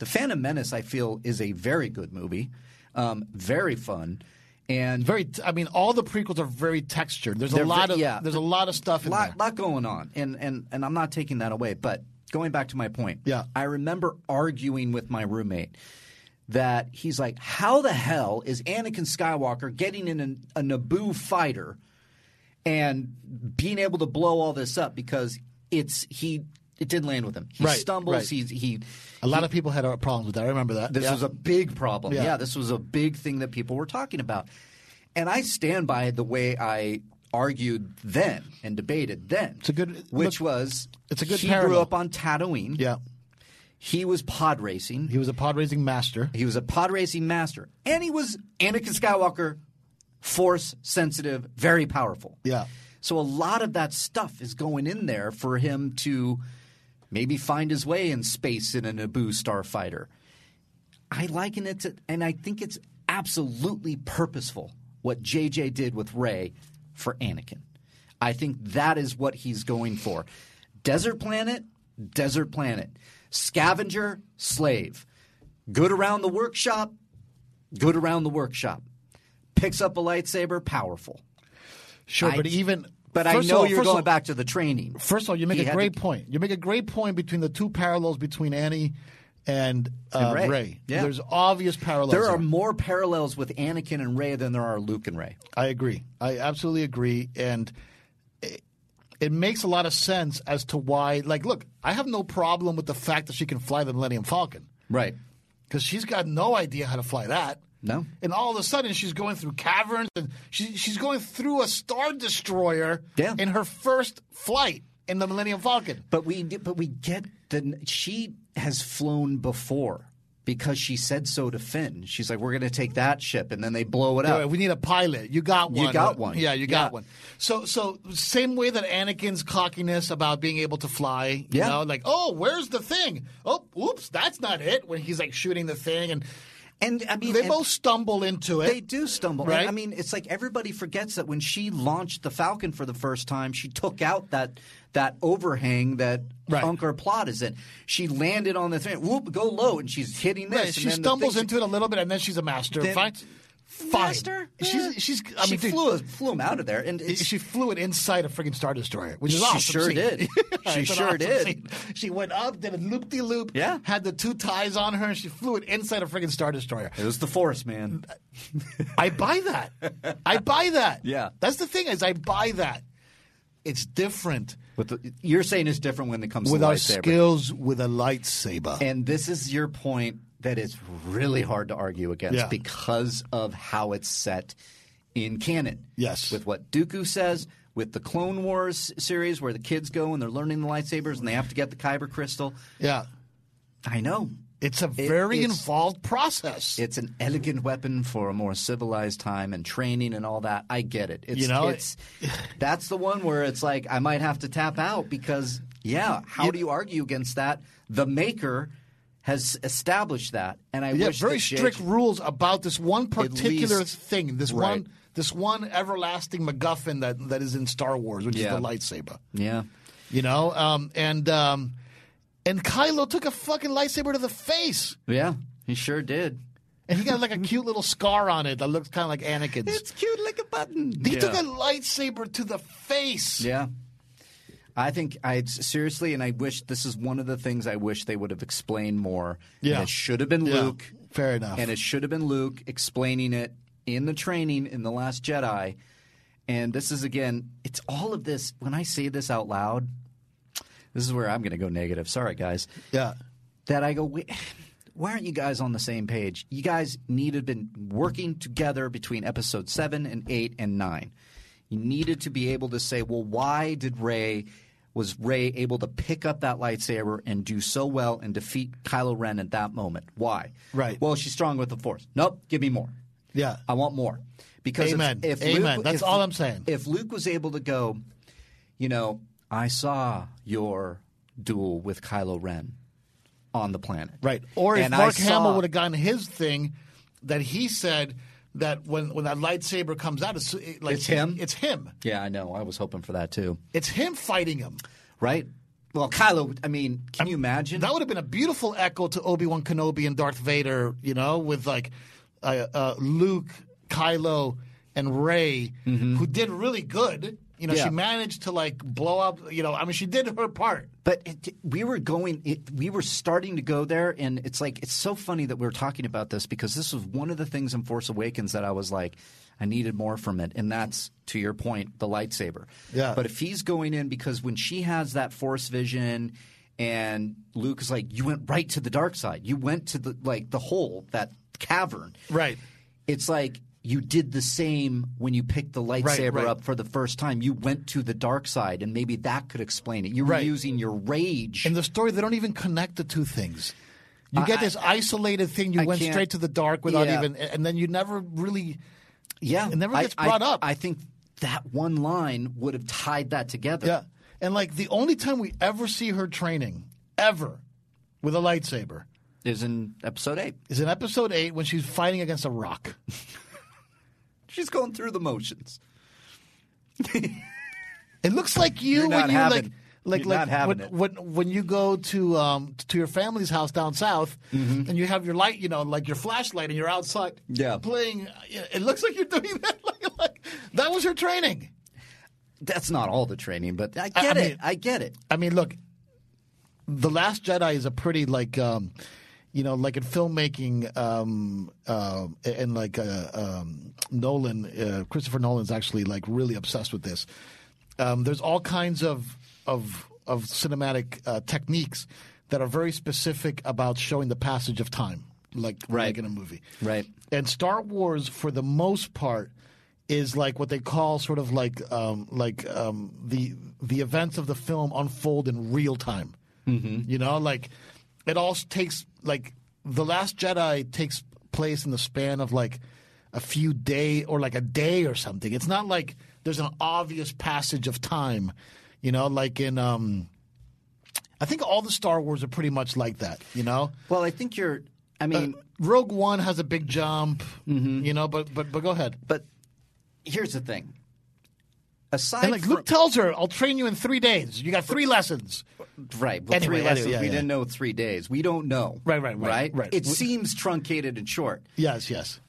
[SPEAKER 5] The Phantom Menace, I feel, is a very good movie, um, very fun, and
[SPEAKER 6] very, t- I mean, all the prequels are very textured. There's
[SPEAKER 5] They're
[SPEAKER 6] a lot
[SPEAKER 5] ve-
[SPEAKER 6] of
[SPEAKER 5] yeah.
[SPEAKER 6] there's a lot of stuff in
[SPEAKER 5] lot,
[SPEAKER 6] there.
[SPEAKER 5] lot going on, and and and I'm not taking that away. But going back to my point,
[SPEAKER 6] Yeah.
[SPEAKER 5] I remember arguing with my roommate that he's like, "How the hell is Anakin Skywalker getting in a, a Naboo fighter and being able to blow all this up because it's he." It didn't land with him. He
[SPEAKER 6] Right,
[SPEAKER 5] stumbles.
[SPEAKER 6] right.
[SPEAKER 5] He he.
[SPEAKER 6] A lot of people had uh, problems with that. I remember that.
[SPEAKER 5] This
[SPEAKER 6] Yeah.
[SPEAKER 5] was a big problem. Yeah.
[SPEAKER 6] Yeah.
[SPEAKER 5] this was a big thing that people were talking about. And I stand by the way I argued then and debated then. It's
[SPEAKER 6] a good-
[SPEAKER 5] which
[SPEAKER 6] look,
[SPEAKER 5] was
[SPEAKER 6] it's a good
[SPEAKER 5] he grew
[SPEAKER 6] parallel.
[SPEAKER 5] up on Tatooine.
[SPEAKER 6] yeah.
[SPEAKER 5] He was pod racing.
[SPEAKER 6] He was a pod raising master.
[SPEAKER 5] He was a pod racing master. And he was Anakin Skywalker, force sensitive, very powerful.
[SPEAKER 6] Yeah.
[SPEAKER 5] So a lot of that stuff is going in there for him to maybe find his way in space in a Naboo starfighter. I liken it to, and I think it's absolutely purposeful what JJ did with Ray for Anakin. I think that is what he's going for. Desert planet, desert planet. Scavenger, slave. Good around the workshop, good around the workshop. Picks up a lightsaber, powerful.
[SPEAKER 6] Sure,
[SPEAKER 5] I-
[SPEAKER 6] but even
[SPEAKER 5] But I
[SPEAKER 6] first of
[SPEAKER 5] know
[SPEAKER 6] all-
[SPEAKER 5] you're
[SPEAKER 6] first of
[SPEAKER 5] going
[SPEAKER 6] all-
[SPEAKER 5] back to the training.
[SPEAKER 6] First of all, you
[SPEAKER 5] He
[SPEAKER 6] make a
[SPEAKER 5] had
[SPEAKER 6] great
[SPEAKER 5] to-
[SPEAKER 6] point. You make a great point between the two parallels between Annie and, uh,
[SPEAKER 5] Ray.
[SPEAKER 6] Ray.
[SPEAKER 5] Yeah.
[SPEAKER 6] There's obvious parallels.
[SPEAKER 5] There are more parallels with Anakin and Ray than there are Luke and Ray.
[SPEAKER 6] I agree. I absolutely agree, and it, it makes a lot of sense as to why. Like, look, I have no problem with the fact that she can fly the Millennium Falcon
[SPEAKER 5] Right.
[SPEAKER 6] because she's got no idea how to fly that.
[SPEAKER 5] No.
[SPEAKER 6] And all of a sudden, she's going through caverns and she, she's going through a star destroyer
[SPEAKER 5] Yeah.
[SPEAKER 6] in her first flight in the Millennium Falcon.
[SPEAKER 5] But we but we get the she has flown before because she said so to Finn. She's like, we're going to take that ship, and then they blow it
[SPEAKER 6] Yeah,
[SPEAKER 5] up.
[SPEAKER 6] we need a pilot. You got
[SPEAKER 5] You
[SPEAKER 6] one.
[SPEAKER 5] got one.
[SPEAKER 6] Yeah, you
[SPEAKER 5] Yeah.
[SPEAKER 6] got one. So, so same way that Anakin's cockiness about being able to fly. You
[SPEAKER 5] Yeah.
[SPEAKER 6] know, like oh, where's the thing? Oh, oops, that's not it. When he's like shooting the thing, and
[SPEAKER 5] and I mean,
[SPEAKER 6] they
[SPEAKER 5] and-
[SPEAKER 6] both stumble into it.
[SPEAKER 5] They do stumble. And,
[SPEAKER 6] Right?
[SPEAKER 5] I mean, it's like everybody forgets that when she launched the Falcon for the first time, she took out that that overhang that
[SPEAKER 6] Right.
[SPEAKER 5] Unker Plot is in. She landed on the thing. Whoop, go low, and she's hitting this.
[SPEAKER 6] Right,
[SPEAKER 5] and
[SPEAKER 6] she
[SPEAKER 5] then the
[SPEAKER 6] stumbles
[SPEAKER 5] thing-
[SPEAKER 6] into it a little bit, and then she's a master.
[SPEAKER 5] Then-
[SPEAKER 6] Fine. fine.
[SPEAKER 5] Master? Yeah.
[SPEAKER 6] She's she's. I
[SPEAKER 5] she
[SPEAKER 6] mean, dude,
[SPEAKER 5] flew flew him out of there, and it's,
[SPEAKER 6] She flew it inside a freaking star destroyer, which is
[SPEAKER 5] She
[SPEAKER 6] awesome.
[SPEAKER 5] sure
[SPEAKER 6] scene. *laughs*
[SPEAKER 5] did. She
[SPEAKER 6] It's an
[SPEAKER 5] sure
[SPEAKER 6] awesome
[SPEAKER 5] did.
[SPEAKER 6] scene. She went up, did a loop de loop.
[SPEAKER 5] Yeah.
[SPEAKER 6] had the two ties on her, and she flew it inside a freaking star destroyer.
[SPEAKER 5] it was the force, man.
[SPEAKER 6] I buy that. I buy that.
[SPEAKER 5] *laughs* Yeah.
[SPEAKER 6] that's the thing is I buy that. It's different
[SPEAKER 5] But the, you're saying it's different when it comes
[SPEAKER 6] with
[SPEAKER 5] to
[SPEAKER 6] our
[SPEAKER 5] lightsaber.
[SPEAKER 6] skills with a lightsaber.
[SPEAKER 5] And this is your point that is really hard to argue against
[SPEAKER 6] Yeah.
[SPEAKER 5] because of how it's set in canon.
[SPEAKER 6] Yes.
[SPEAKER 5] With what Dooku says, with the Clone Wars series where the kids go and they're learning the lightsabers and they have to get the Kyber crystal.
[SPEAKER 6] yeah,
[SPEAKER 5] I know.
[SPEAKER 6] it's a
[SPEAKER 5] It-
[SPEAKER 6] very
[SPEAKER 5] it's-
[SPEAKER 6] involved process.
[SPEAKER 5] It's an elegant weapon for a more civilized time and training and all that. I get it. It's,
[SPEAKER 6] You
[SPEAKER 5] *laughs*
[SPEAKER 6] know,
[SPEAKER 5] it's that's the one where it's like I might have to tap out because yeah, how do you argue against that? The maker has established that, and I
[SPEAKER 6] yeah,
[SPEAKER 5] wish
[SPEAKER 6] very
[SPEAKER 5] that J.J.
[SPEAKER 6] strict rules about this one particular
[SPEAKER 5] least-
[SPEAKER 6] thing. This
[SPEAKER 5] Right.
[SPEAKER 6] one, this one everlasting MacGuffin that that is in Star Wars, which
[SPEAKER 5] Yeah.
[SPEAKER 6] is the lightsaber.
[SPEAKER 5] Yeah,
[SPEAKER 6] You know, um, and um, and Kylo took a fucking lightsaber to the face,
[SPEAKER 5] yeah, he sure did.
[SPEAKER 6] and he got like a cute little scar on it that looks kind of like
[SPEAKER 5] *laughs*
[SPEAKER 6] Anakin's.
[SPEAKER 5] cute like a button.
[SPEAKER 6] he
[SPEAKER 5] yeah.
[SPEAKER 6] took a lightsaber to the face.
[SPEAKER 5] yeah. I think I seriously, and I wish this is one of the things I wish they would have explained more. and
[SPEAKER 6] Yeah.
[SPEAKER 5] it should have been
[SPEAKER 6] Yeah.
[SPEAKER 5] Luke.
[SPEAKER 6] Fair enough.
[SPEAKER 5] and it should have been Luke explaining it in the training in the Last Jedi. And this is again, it's all of this. When I say this out loud, this is where I'm going to go negative. Sorry, guys.
[SPEAKER 6] yeah,
[SPEAKER 5] That I go. "Wait, Why aren't you guys on the same page? You guys need to have been working together between episode seven and eight and nine. You needed to be able to say, well, why did Ray? Was Ray able to pick up that lightsaber and do so well and defeat Kylo Ren at that moment? Why?
[SPEAKER 6] Right.
[SPEAKER 5] Well, she's strong with the Force. Nope. Give me more.
[SPEAKER 6] yeah.
[SPEAKER 5] I want more. Because if-
[SPEAKER 6] Amen.
[SPEAKER 5] if,
[SPEAKER 6] Amen.
[SPEAKER 5] Luke-
[SPEAKER 6] That's
[SPEAKER 5] if-
[SPEAKER 6] all I'm saying.
[SPEAKER 5] If Luke was able to go, you know, I saw your duel with Kylo Ren on the planet.
[SPEAKER 6] Right. Or if
[SPEAKER 5] And I
[SPEAKER 6] Mark
[SPEAKER 5] saw-
[SPEAKER 6] Hamill would have gotten his thing that he said that when, when that lightsaber comes out, it's it- like
[SPEAKER 5] It's him?
[SPEAKER 6] It's him.
[SPEAKER 5] Yeah, I know. I was hoping for that too.
[SPEAKER 6] It's him fighting him.
[SPEAKER 5] Right? Well, Kylo, I mean, can you imagine?
[SPEAKER 6] That would have been a beautiful echo to Obi Wan Kenobi and Darth Vader. You know, with like uh, uh, Luke, Kylo, and Ray, who did really good. You know,
[SPEAKER 5] Mm-hmm. Yeah.
[SPEAKER 6] she managed to like blow up. You know, I mean, she did her part.
[SPEAKER 5] But it, we were going, it, we were starting to go there, and it's like it's so funny that we are talking about this because this was one of the things in Force Awakens that I was like, I needed more from it, and that's to your point, the lightsaber.
[SPEAKER 6] Yeah.
[SPEAKER 5] But if he's going in because when she has that Force vision, and Luke is like, you went right to the dark side, you went to the like the hole that cavern,
[SPEAKER 6] Right.
[SPEAKER 5] It's like. You did the same when you picked the lightsaber
[SPEAKER 6] right.
[SPEAKER 5] up for the first time. You went to the dark side, and maybe that could explain it. You were
[SPEAKER 6] Right.
[SPEAKER 5] using your rage
[SPEAKER 6] In the story, they don't even connect the two things. You get this isolated thing. You
[SPEAKER 5] I
[SPEAKER 6] went
[SPEAKER 5] can't-
[SPEAKER 6] straight to the dark without
[SPEAKER 5] Yeah.
[SPEAKER 6] even, and then you never really.
[SPEAKER 5] Yeah,
[SPEAKER 6] it never
[SPEAKER 5] I-
[SPEAKER 6] gets brought
[SPEAKER 5] I-
[SPEAKER 6] up.
[SPEAKER 5] I think that one line would have tied that together.
[SPEAKER 6] Yeah, and like the only time we ever see her training ever with a lightsaber
[SPEAKER 5] is in episode eight.
[SPEAKER 6] is in episode eight when she's fighting against a rock.
[SPEAKER 5] She's going through the motions.
[SPEAKER 6] It looks like you
[SPEAKER 5] You're
[SPEAKER 6] when
[SPEAKER 5] not
[SPEAKER 6] you
[SPEAKER 5] having-
[SPEAKER 6] like like
[SPEAKER 5] you're
[SPEAKER 6] like
[SPEAKER 5] not having
[SPEAKER 6] when,
[SPEAKER 5] it.
[SPEAKER 6] when when you go to um to your family's house down south and you have your light, you know, like your flashlight, and you're outside
[SPEAKER 5] Mm-hmm. Yeah.
[SPEAKER 6] playing. It looks like you're doing *laughs* that. like, like that was her training.
[SPEAKER 5] That's not all the training, but I
[SPEAKER 6] I-
[SPEAKER 5] get
[SPEAKER 6] I
[SPEAKER 5] it.
[SPEAKER 6] mean-
[SPEAKER 5] I get it.
[SPEAKER 6] I mean, look, The Last Jedi is a pretty like, um, you know, like in filmmaking, um, uh, and like uh, um, Nolan, uh, Christopher Nolan's actually like really obsessed with this. Um, there's all kinds of of of cinematic uh, techniques that are very specific about showing the passage of time, like
[SPEAKER 5] Right.
[SPEAKER 6] like in a movie,
[SPEAKER 5] Right.
[SPEAKER 6] and Star Wars, for the most part, is like what they call sort of like um, like um, the the events of the film unfold in real time. Mm-hmm. You know, like it all takes like the Last Jedi takes place in the span of like a few day or like a day or something. It's not like there's an obvious passage of time. You know, like in um, I think all the Star Wars are pretty much like that. You know,
[SPEAKER 5] Well, I think you're. I mean,
[SPEAKER 6] Uh, Rogue One has a big jump,
[SPEAKER 5] Mm-hmm.
[SPEAKER 6] you know. But but but go ahead.
[SPEAKER 5] but here's the thing. Aside
[SPEAKER 6] And like
[SPEAKER 5] from,
[SPEAKER 6] Luke tells her, "I'll train you in three days. You got three lessons."
[SPEAKER 5] Right. Well,
[SPEAKER 6] Anyway,
[SPEAKER 5] three
[SPEAKER 6] anyway,
[SPEAKER 5] lessons.
[SPEAKER 6] yeah,
[SPEAKER 5] we
[SPEAKER 6] yeah.
[SPEAKER 5] didn't know three days. We don't know.
[SPEAKER 6] Right, right, right,
[SPEAKER 5] Right.
[SPEAKER 6] right.
[SPEAKER 5] It
[SPEAKER 6] We-
[SPEAKER 5] seems truncated and short.
[SPEAKER 6] Yes, yes.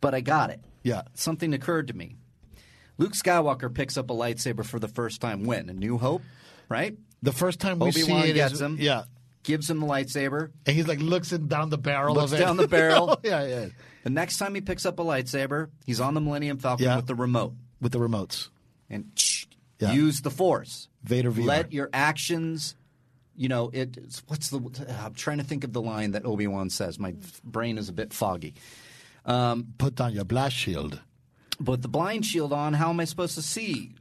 [SPEAKER 5] but I got it.
[SPEAKER 6] Yeah.
[SPEAKER 5] Something occurred to me. Luke Skywalker picks up a lightsaber for the first time when? A New Hope, right?
[SPEAKER 6] The first time we
[SPEAKER 5] Obi-Wan
[SPEAKER 6] see it is-
[SPEAKER 5] gets him.
[SPEAKER 6] yeah,
[SPEAKER 5] Gives him the lightsaber.
[SPEAKER 6] and he's like looks in down the barrel
[SPEAKER 5] Looks
[SPEAKER 6] of it. Oh,
[SPEAKER 5] down the
[SPEAKER 6] *laughs*
[SPEAKER 5] barrel.
[SPEAKER 6] yeah, yeah,
[SPEAKER 5] The next time he picks up a lightsaber, he's on the Millennium Falcon
[SPEAKER 6] Yeah.
[SPEAKER 5] with the remote.
[SPEAKER 6] with the remotes.
[SPEAKER 5] and
[SPEAKER 6] Yeah.
[SPEAKER 5] use the force.
[SPEAKER 6] Vader VR.
[SPEAKER 5] Let your actions, you know, it. it's- What's the? I'm trying to think of the line that Obi Wan says. My brain is a bit foggy.
[SPEAKER 6] Put down your blast shield.
[SPEAKER 5] But the blind shield on. How am I supposed to see?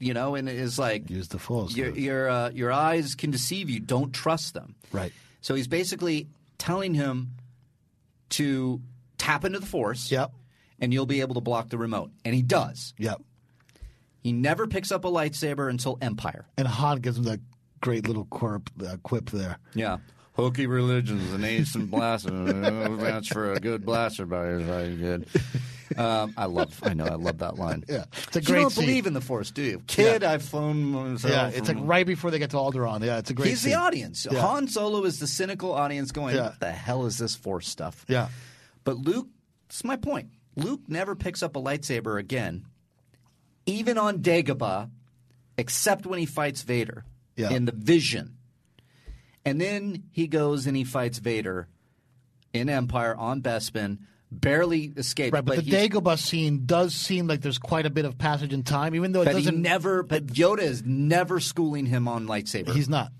[SPEAKER 5] You know, and it is like
[SPEAKER 6] Use the force.
[SPEAKER 5] Your your uh, your eyes can deceive you. Don't trust them.
[SPEAKER 6] Right.
[SPEAKER 5] So he's basically telling him to tap into the force.
[SPEAKER 6] Yep.
[SPEAKER 5] And you'll be able to block the remote, and he does.
[SPEAKER 6] Yeah,
[SPEAKER 5] He never picks up a lightsaber until Empire.
[SPEAKER 6] and Han gives him that great little quirp, uh, quip there.
[SPEAKER 5] Yeah. Hokey religions and ancient blaster. Oh, That's for a good blaster, but it's very good. Um, I love. I know. I love that line.
[SPEAKER 6] Yeah, it's a
[SPEAKER 5] you
[SPEAKER 6] great
[SPEAKER 5] don't
[SPEAKER 6] scene.
[SPEAKER 5] believe in the force, do you, kid? I've flown. myself
[SPEAKER 6] Yeah, it's like
[SPEAKER 5] from-
[SPEAKER 6] right before they get to Alderaan. Yeah, it's a great.
[SPEAKER 5] He's
[SPEAKER 6] scene.
[SPEAKER 5] the audience.
[SPEAKER 6] Yeah.
[SPEAKER 5] Han Solo is the cynical audience going,
[SPEAKER 6] Yeah.
[SPEAKER 5] "What the hell is this force stuff?"
[SPEAKER 6] Yeah,
[SPEAKER 5] But Luke, it's my point. Luke never picks up a lightsaber again, even on Dagobah, except when he fights Vader
[SPEAKER 6] Yeah.
[SPEAKER 5] in the vision. And then he goes and he fights Vader in Empire on Bespin, barely escapes.
[SPEAKER 6] right. But, the
[SPEAKER 5] he's-
[SPEAKER 6] Dagobah scene does seem like there's quite a bit of passage in time, even though it
[SPEAKER 5] but he
[SPEAKER 6] doesn't.
[SPEAKER 5] never. But Yoda is never schooling him on lightsaber.
[SPEAKER 6] he's not.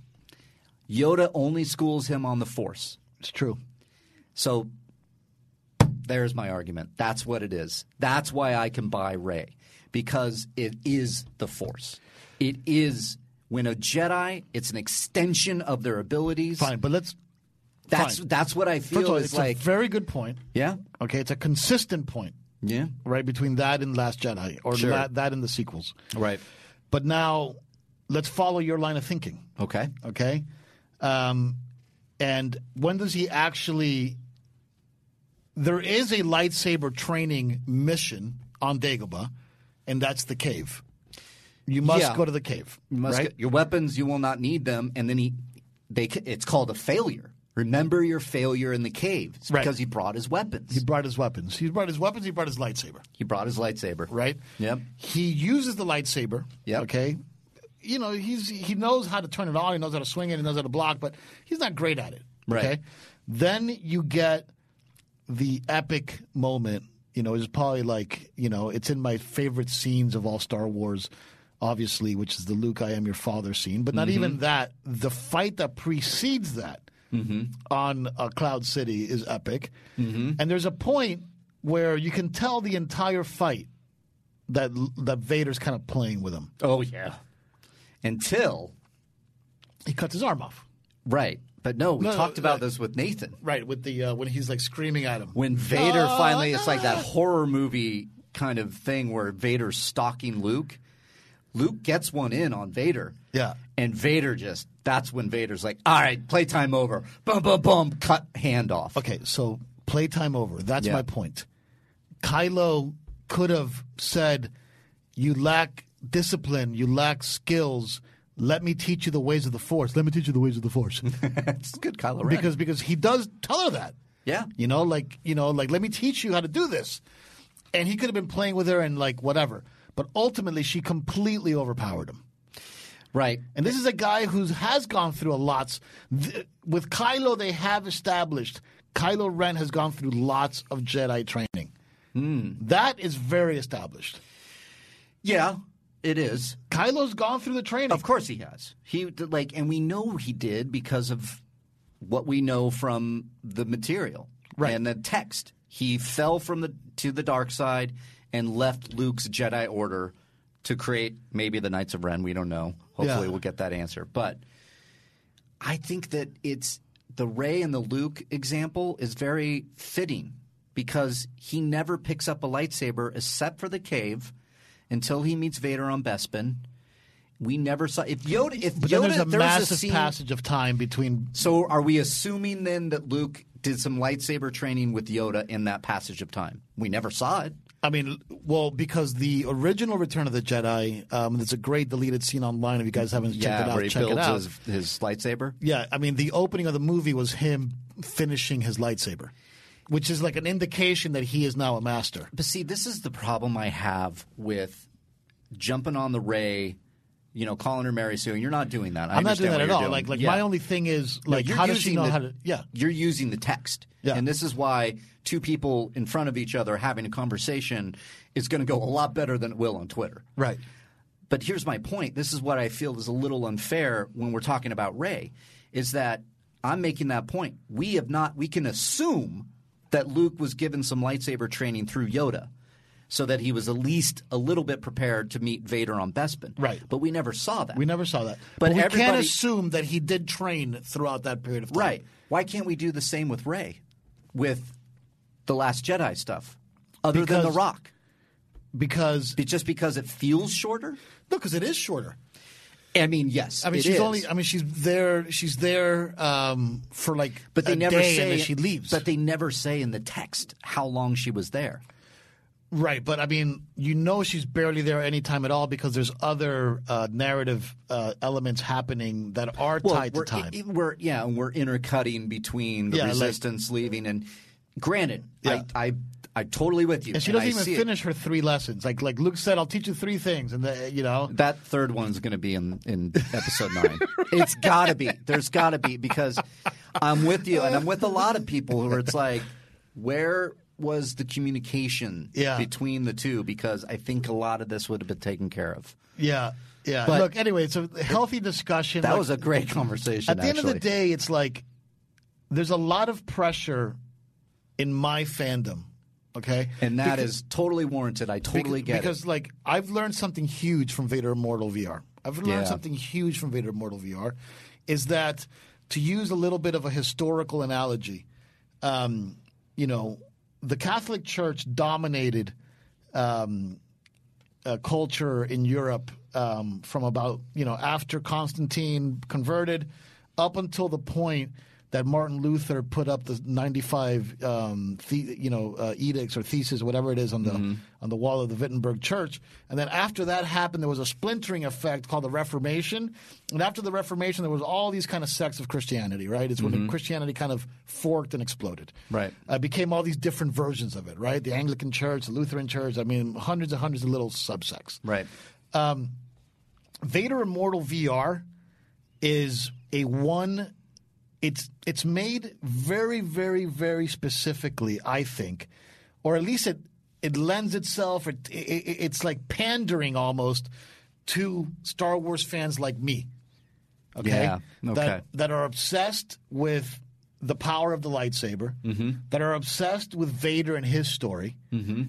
[SPEAKER 5] Yoda only schools him on the Force.
[SPEAKER 6] It's true.
[SPEAKER 5] So there's my argument. That's what it is. That's why I can buy Ray because it is the Force. It is when a Jedi, it's an extension of their abilities.
[SPEAKER 6] Fine, but let's.
[SPEAKER 5] That's
[SPEAKER 6] fine.
[SPEAKER 5] that's what I feel
[SPEAKER 6] First of all,
[SPEAKER 5] is
[SPEAKER 6] it's
[SPEAKER 5] like
[SPEAKER 6] a very good point.
[SPEAKER 5] yeah.
[SPEAKER 6] Okay, it's a consistent point,
[SPEAKER 5] Yeah.
[SPEAKER 6] right, between that and Last Jedi, or
[SPEAKER 5] Sure.
[SPEAKER 6] la- that and the sequels.
[SPEAKER 5] Right.
[SPEAKER 6] But now, let's follow your line of thinking.
[SPEAKER 5] Okay.
[SPEAKER 6] okay? Um, and when does he actually? There is a lightsaber training mission on Dagobah, and that's the cave. You must
[SPEAKER 5] Yeah.
[SPEAKER 6] go to the cave,
[SPEAKER 5] You must
[SPEAKER 6] right?
[SPEAKER 5] get- your weapons you will not need them and then he they c- it's called a failure. Remember your failure in the cave. It's
[SPEAKER 6] Right.
[SPEAKER 5] because he brought his weapons.
[SPEAKER 6] he brought his weapons. He brought his weapons. He brought his lightsaber,
[SPEAKER 5] He brought his lightsaber.
[SPEAKER 6] right?
[SPEAKER 5] Yep.
[SPEAKER 6] He uses the lightsaber.
[SPEAKER 5] Yep.
[SPEAKER 6] Okay. You know, he's he knows how to turn it on. He knows how to swing it. He knows how to block, but he's not great at it.
[SPEAKER 5] Right.
[SPEAKER 6] Okay. Then you get the epic moment, you know, is probably like, you know, it's in my favorite scenes of all Star Wars, obviously, which is the Luke, I am your father scene. But not even that. The fight that precedes that on uh, Cloud City is epic. And there's a point where you can tell the entire fight that that Vader's kind of playing with him.
[SPEAKER 5] Oh yeah. Until
[SPEAKER 6] He cuts his arm off.
[SPEAKER 5] Right. But no, we
[SPEAKER 6] No, uh,
[SPEAKER 5] talked about
[SPEAKER 6] right.
[SPEAKER 5] this with Nathan.
[SPEAKER 6] Right, with the uh, when he's like screaming at him.
[SPEAKER 5] When Vader
[SPEAKER 6] Oh,
[SPEAKER 5] finally, it's like that horror movie kind of thing where Vader's stalking Luke. Luke gets one in on Vader.
[SPEAKER 6] Yeah.
[SPEAKER 5] And Vader just, that's when Vader's like, all right, playtime over. Bum, bum, bum, cut hand off.
[SPEAKER 6] Okay, so playtime over. That's
[SPEAKER 5] Yeah.
[SPEAKER 6] my point. Kylo could have said, "You lack discipline. You lack skills. Let me teach you the ways of the Force. Let me teach you the ways of
[SPEAKER 5] *laughs*
[SPEAKER 6] the Force."
[SPEAKER 5] *laughs* It's good, Kylo Ren.
[SPEAKER 6] because because he does tell her that.
[SPEAKER 5] Yeah.
[SPEAKER 6] You know, like you know, like let me teach you how to do this. And he could have been playing with her and like whatever. But ultimately she completely overpowered him.
[SPEAKER 5] right.
[SPEAKER 6] And this is a guy who has gone through a lot. Th- With Kylo, they have established Kylo Ren has gone through lots of Jedi training.
[SPEAKER 5] Hmm.
[SPEAKER 6] That is very established.
[SPEAKER 5] Yeah, it is.
[SPEAKER 6] Kylo's gone through the training.
[SPEAKER 5] Of course he has. He like, and we know he did because of what we know from the material
[SPEAKER 6] Right.
[SPEAKER 5] and the text. He fell from the to the dark side and left Luke's Jedi Order to create maybe the Knights of Ren. We don't know. Hopefully,
[SPEAKER 6] Yeah.
[SPEAKER 5] we'll get that answer. But I think that it's the Ray and the Luke example is very fitting because he never picks up a lightsaber except for the cave until he meets Vader on Bespin. We never saw if Yoda. If
[SPEAKER 6] But
[SPEAKER 5] Yoda,
[SPEAKER 6] then there's a
[SPEAKER 5] there was
[SPEAKER 6] massive
[SPEAKER 5] scene-
[SPEAKER 6] passage of time between.
[SPEAKER 5] So are we assuming then that Luke did some lightsaber training with Yoda in that passage of time? We never saw it.
[SPEAKER 6] I mean, well, because the original Return of the Jedi, um, there's a great deleted scene online. If you guys haven't checked it out,
[SPEAKER 5] where he
[SPEAKER 6] check
[SPEAKER 5] builds
[SPEAKER 6] it out.
[SPEAKER 5] His, his lightsaber.
[SPEAKER 6] Yeah, I mean, the opening of the movie was him finishing his lightsaber, which is like an indication that he is now a master.
[SPEAKER 5] But see, this is the problem I have with jumping on the Ray, you know, calling her Mary Sue, and you're not doing that. I
[SPEAKER 6] I'm not doing
[SPEAKER 5] understand
[SPEAKER 6] that
[SPEAKER 5] what
[SPEAKER 6] at
[SPEAKER 5] you're
[SPEAKER 6] all.
[SPEAKER 5] doing.
[SPEAKER 6] Like, like
[SPEAKER 5] Yeah.
[SPEAKER 6] my only thing is
[SPEAKER 5] No,
[SPEAKER 6] like,
[SPEAKER 5] you're
[SPEAKER 6] how does she
[SPEAKER 5] using
[SPEAKER 6] know
[SPEAKER 5] the-
[SPEAKER 6] how to? Yeah,
[SPEAKER 5] you're using the text,
[SPEAKER 6] Yeah.
[SPEAKER 5] and this is why two people in front of each other having a conversation is going to go a lot better than it will on Twitter.
[SPEAKER 6] right.
[SPEAKER 5] But here's my point. This is what I feel is a little unfair when we're talking about Ray, is that I'm making that point. We have not. We can assume that Luke was given some lightsaber training through Yoda, so that he was at least a little bit prepared to meet Vader on Bespin.
[SPEAKER 6] Right.
[SPEAKER 5] But we never saw that.
[SPEAKER 6] We never saw that.
[SPEAKER 5] But
[SPEAKER 6] we can't
[SPEAKER 5] everybody-
[SPEAKER 6] assume that he did train throughout that period of time.
[SPEAKER 5] Right. Why can't we do the same with Ray, with the Last Jedi stuff, other than The
[SPEAKER 6] Because-
[SPEAKER 5] Rock?
[SPEAKER 6] Because
[SPEAKER 5] Be- Just because it feels shorter?
[SPEAKER 6] no, because it is shorter.
[SPEAKER 5] I mean, yes.
[SPEAKER 6] I mean,
[SPEAKER 5] it
[SPEAKER 6] she's
[SPEAKER 5] is.
[SPEAKER 6] only. I mean, she's there. She's there um, for like
[SPEAKER 5] but they
[SPEAKER 6] a
[SPEAKER 5] never
[SPEAKER 6] day,
[SPEAKER 5] say
[SPEAKER 6] and then she leaves.
[SPEAKER 5] But they never say in the text how long she was there.
[SPEAKER 6] right, but I mean, you know, she's barely there any time at all because there's other uh, narrative uh, elements happening that are tied
[SPEAKER 5] we're, e
[SPEAKER 6] to time.
[SPEAKER 5] i- i- we're yeah, and we're intercutting between the
[SPEAKER 6] Yeah, like-
[SPEAKER 5] resistance leaving and granted,
[SPEAKER 6] Yeah.
[SPEAKER 5] I, I I'm totally with you.
[SPEAKER 6] and she
[SPEAKER 5] and
[SPEAKER 6] doesn't
[SPEAKER 5] I
[SPEAKER 6] even
[SPEAKER 5] see it.
[SPEAKER 6] finish her three lessons. Like like Luke said, I'll teach you three things, and the, you know,
[SPEAKER 5] That third one's going to be in, in episode *laughs* nine. It's got to be. There's got to be because I'm with you, and I'm with a lot of people where it's like, where was the communication
[SPEAKER 6] Yeah.
[SPEAKER 5] between the two? Because I think a lot of this would have been taken care of.
[SPEAKER 6] yeah, yeah.
[SPEAKER 5] But-
[SPEAKER 6] Look, anyway, it's a healthy discussion.
[SPEAKER 5] That
[SPEAKER 6] Like,
[SPEAKER 5] was a great conversation.
[SPEAKER 6] At the end of the
[SPEAKER 5] actually.
[SPEAKER 6] day, it's like there's a lot of pressure in my fandom. Okay,
[SPEAKER 5] and that
[SPEAKER 6] Because-
[SPEAKER 5] is totally warranted. I totally
[SPEAKER 6] Bec-
[SPEAKER 5] get
[SPEAKER 6] because,
[SPEAKER 5] it.
[SPEAKER 6] like I've learned something huge from Vader Immortal VR. I've learned
[SPEAKER 5] Yeah.
[SPEAKER 6] something huge from Vader Immortal VR is that to use a little bit of a historical analogy, um, you know, the Catholic Church dominated um, uh, culture in Europe um, from about you know after Constantine converted up until the point that Martin Luther put up the 95 um, the, you know uh, edicts or theses whatever it is on the on the wall of the Wittenberg church and then after that happened there was a splintering effect called the Reformation and after the Reformation there was all these kind of sects of Christianity right it's when Christianity kind of forked and exploded
[SPEAKER 5] Right.
[SPEAKER 6] uh, became all these different versions of it, right? The Anglican Church, the Lutheran Church, I mean, hundreds and hundreds of little subsects.
[SPEAKER 5] Right.
[SPEAKER 6] Vader Immortal VR is a one. It's it's made very very very specifically, I think, or at least it it lends itself. It, it, it- it's like pandering almost to Star Wars fans like me. Okay,
[SPEAKER 5] Yeah, okay.
[SPEAKER 6] That, that are obsessed with the power of the lightsaber, that are obsessed with Vader and his story,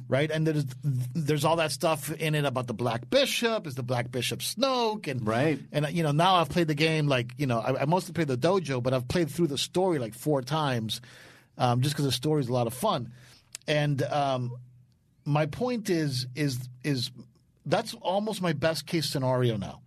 [SPEAKER 6] right? And there's there's all that stuff in it about the Black Bishop. Is the Black Bishop Snoke? And
[SPEAKER 5] Right.
[SPEAKER 6] and you know now I've played the game like you know I, I mostly play the dojo, but I've played through the story like four times, um, just because the story's a lot of fun. And um, my point is is is that's almost my best case scenario now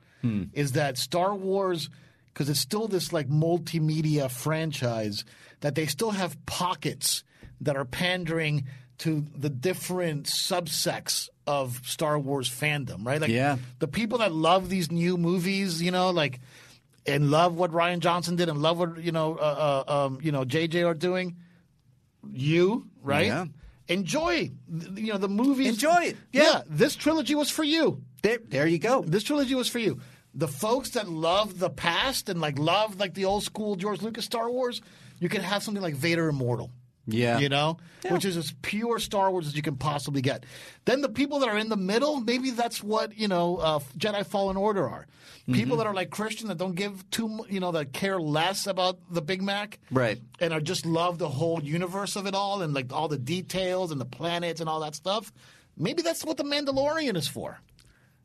[SPEAKER 6] is that Star Wars because it's still this like multimedia franchise that they still have pockets that are pandering to the different subsects of Star Wars fandom, right? Like
[SPEAKER 5] Yeah.
[SPEAKER 6] the people that love these new movies, you know, like and love what Ryan Johnson did and love what you know, uh, uh, um, you know, JJ are doing. You right?
[SPEAKER 5] Yeah.
[SPEAKER 6] Enjoy, th- you know, the movies.
[SPEAKER 5] Enjoy it.
[SPEAKER 6] Yeah. this trilogy was for you.
[SPEAKER 5] There, there you go.
[SPEAKER 6] This trilogy was for you. The folks that love the past and like love like the old school George Lucas Star Wars, you can have something like Vader Immortal.
[SPEAKER 5] Yeah.
[SPEAKER 6] You know, which is as pure Star Wars as you can possibly get. Then the people that are in the middle, maybe that's what you know uh, Jedi Fallen Order are.
[SPEAKER 5] Mm-hmm.
[SPEAKER 6] People that are like Christian that don't give too, mu- you know, that care less about the Big Mac,
[SPEAKER 5] Right.
[SPEAKER 6] And are just love the whole universe of it all and like all the details and the planets and all that stuff. Maybe that's what the Mandalorian is for.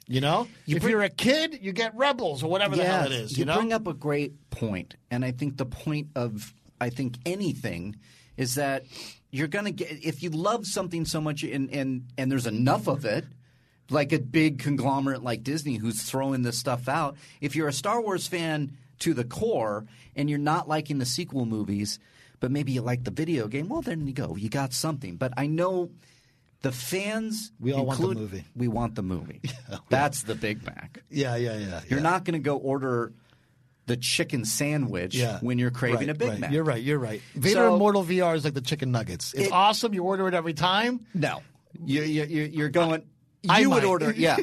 [SPEAKER 6] You know, if you're a kid, you get Rebels or whatever the hell it is. You, know,
[SPEAKER 5] bring up a great point, and I think the point of I think anything is that you're going to get if you love something so much, and and and there's enough of it. Like a big conglomerate like Disney who's throwing this stuff out. If you're a Star Wars fan to the core and you're not liking the sequel movies, but maybe you like the video game, well, then you go. You got something. But I know the fans.
[SPEAKER 6] We all want the
[SPEAKER 5] include-
[SPEAKER 6] movie.
[SPEAKER 5] We
[SPEAKER 6] *laughs*
[SPEAKER 5] want the movie. That's the Big Mac.
[SPEAKER 6] yeah, yeah, yeah.
[SPEAKER 5] You're not going to go order the chicken sandwich
[SPEAKER 6] Yeah.
[SPEAKER 5] when you're craving
[SPEAKER 6] Right,
[SPEAKER 5] a Big
[SPEAKER 6] right.
[SPEAKER 5] Mac.
[SPEAKER 6] You're right. You're right. Vader
[SPEAKER 5] So-
[SPEAKER 6] Immortal VR is like the chicken nuggets. It's
[SPEAKER 5] It-
[SPEAKER 6] awesome. You order it every time.
[SPEAKER 5] No, you're you're, you're you're going.
[SPEAKER 6] I
[SPEAKER 5] you would
[SPEAKER 6] might.
[SPEAKER 5] order,
[SPEAKER 6] *laughs*
[SPEAKER 5] yeah.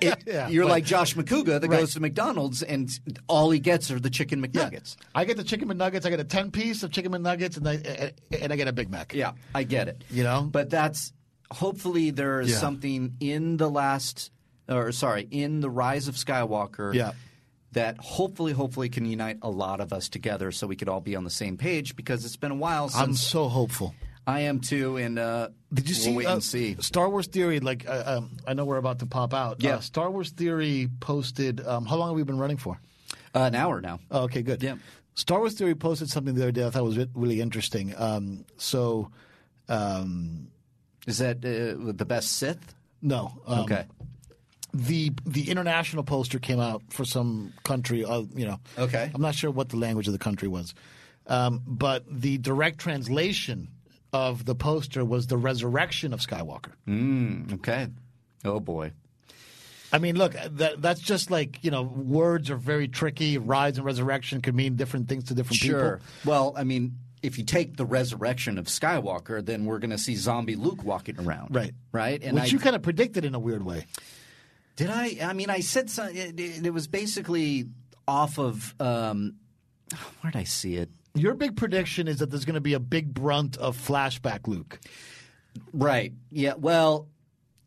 [SPEAKER 5] It-
[SPEAKER 6] Yeah,
[SPEAKER 5] you're
[SPEAKER 6] but-
[SPEAKER 5] like Josh McCouga that
[SPEAKER 6] Right.
[SPEAKER 5] goes to McDonald's and all he gets are the chicken McNuggets.
[SPEAKER 6] I get the chicken McNuggets. I get a ten piece of chicken McNuggets, and I and I get a Big Mac.
[SPEAKER 5] Yeah, I get it.
[SPEAKER 6] You know?
[SPEAKER 5] but that's hopefully there is
[SPEAKER 6] Yeah.
[SPEAKER 5] something in the last, or sorry, in the Rise of Skywalker.
[SPEAKER 6] Yeah.
[SPEAKER 5] That hopefully, hopefully, can unite a lot of us together, so we could all be on the same page. Because it's been a while
[SPEAKER 6] I'm
[SPEAKER 5] since
[SPEAKER 6] so hopeful.
[SPEAKER 5] I am too, and uh,
[SPEAKER 6] Did you
[SPEAKER 5] we'll
[SPEAKER 6] see,
[SPEAKER 5] wait
[SPEAKER 6] uh,
[SPEAKER 5] and see.
[SPEAKER 6] Star Wars Theory? Like, uh, um, I know we're about to pop out.
[SPEAKER 5] Yeah.
[SPEAKER 6] Uh, Star Wars Theory posted. Um, how long have we been running for?
[SPEAKER 5] Uh, an hour now.
[SPEAKER 6] Oh, okay, good.
[SPEAKER 5] Yeah.
[SPEAKER 6] Star Wars Theory posted something the other day I thought was re- really interesting. Um, so, um,
[SPEAKER 5] Is that uh, the best Sith?
[SPEAKER 6] no. Um,
[SPEAKER 5] Okay.
[SPEAKER 6] The the international poster came out for some country. Uh, you know.
[SPEAKER 5] Okay.
[SPEAKER 6] I'm not sure what the language of the country was, um, but the direct translation of the poster was the resurrection of Skywalker.
[SPEAKER 5] Mm. Okay. Oh boy.
[SPEAKER 6] I mean, look, that, that's just like you know, words are very tricky. Rise and resurrection could mean different things to different
[SPEAKER 5] Sure.
[SPEAKER 6] people.
[SPEAKER 5] Well, I mean, if you take the resurrection of Skywalker, then we're going to see zombie Luke walking around.
[SPEAKER 6] Right.
[SPEAKER 5] Right.
[SPEAKER 6] Which you kind of predicted in a weird way.
[SPEAKER 5] Did I? I mean, I said something. It, it- it was basically off of. Um, where did I see it?
[SPEAKER 6] Your big prediction is that there's going to be a big brunt of flashback Luke.
[SPEAKER 5] Right. Yeah. Well,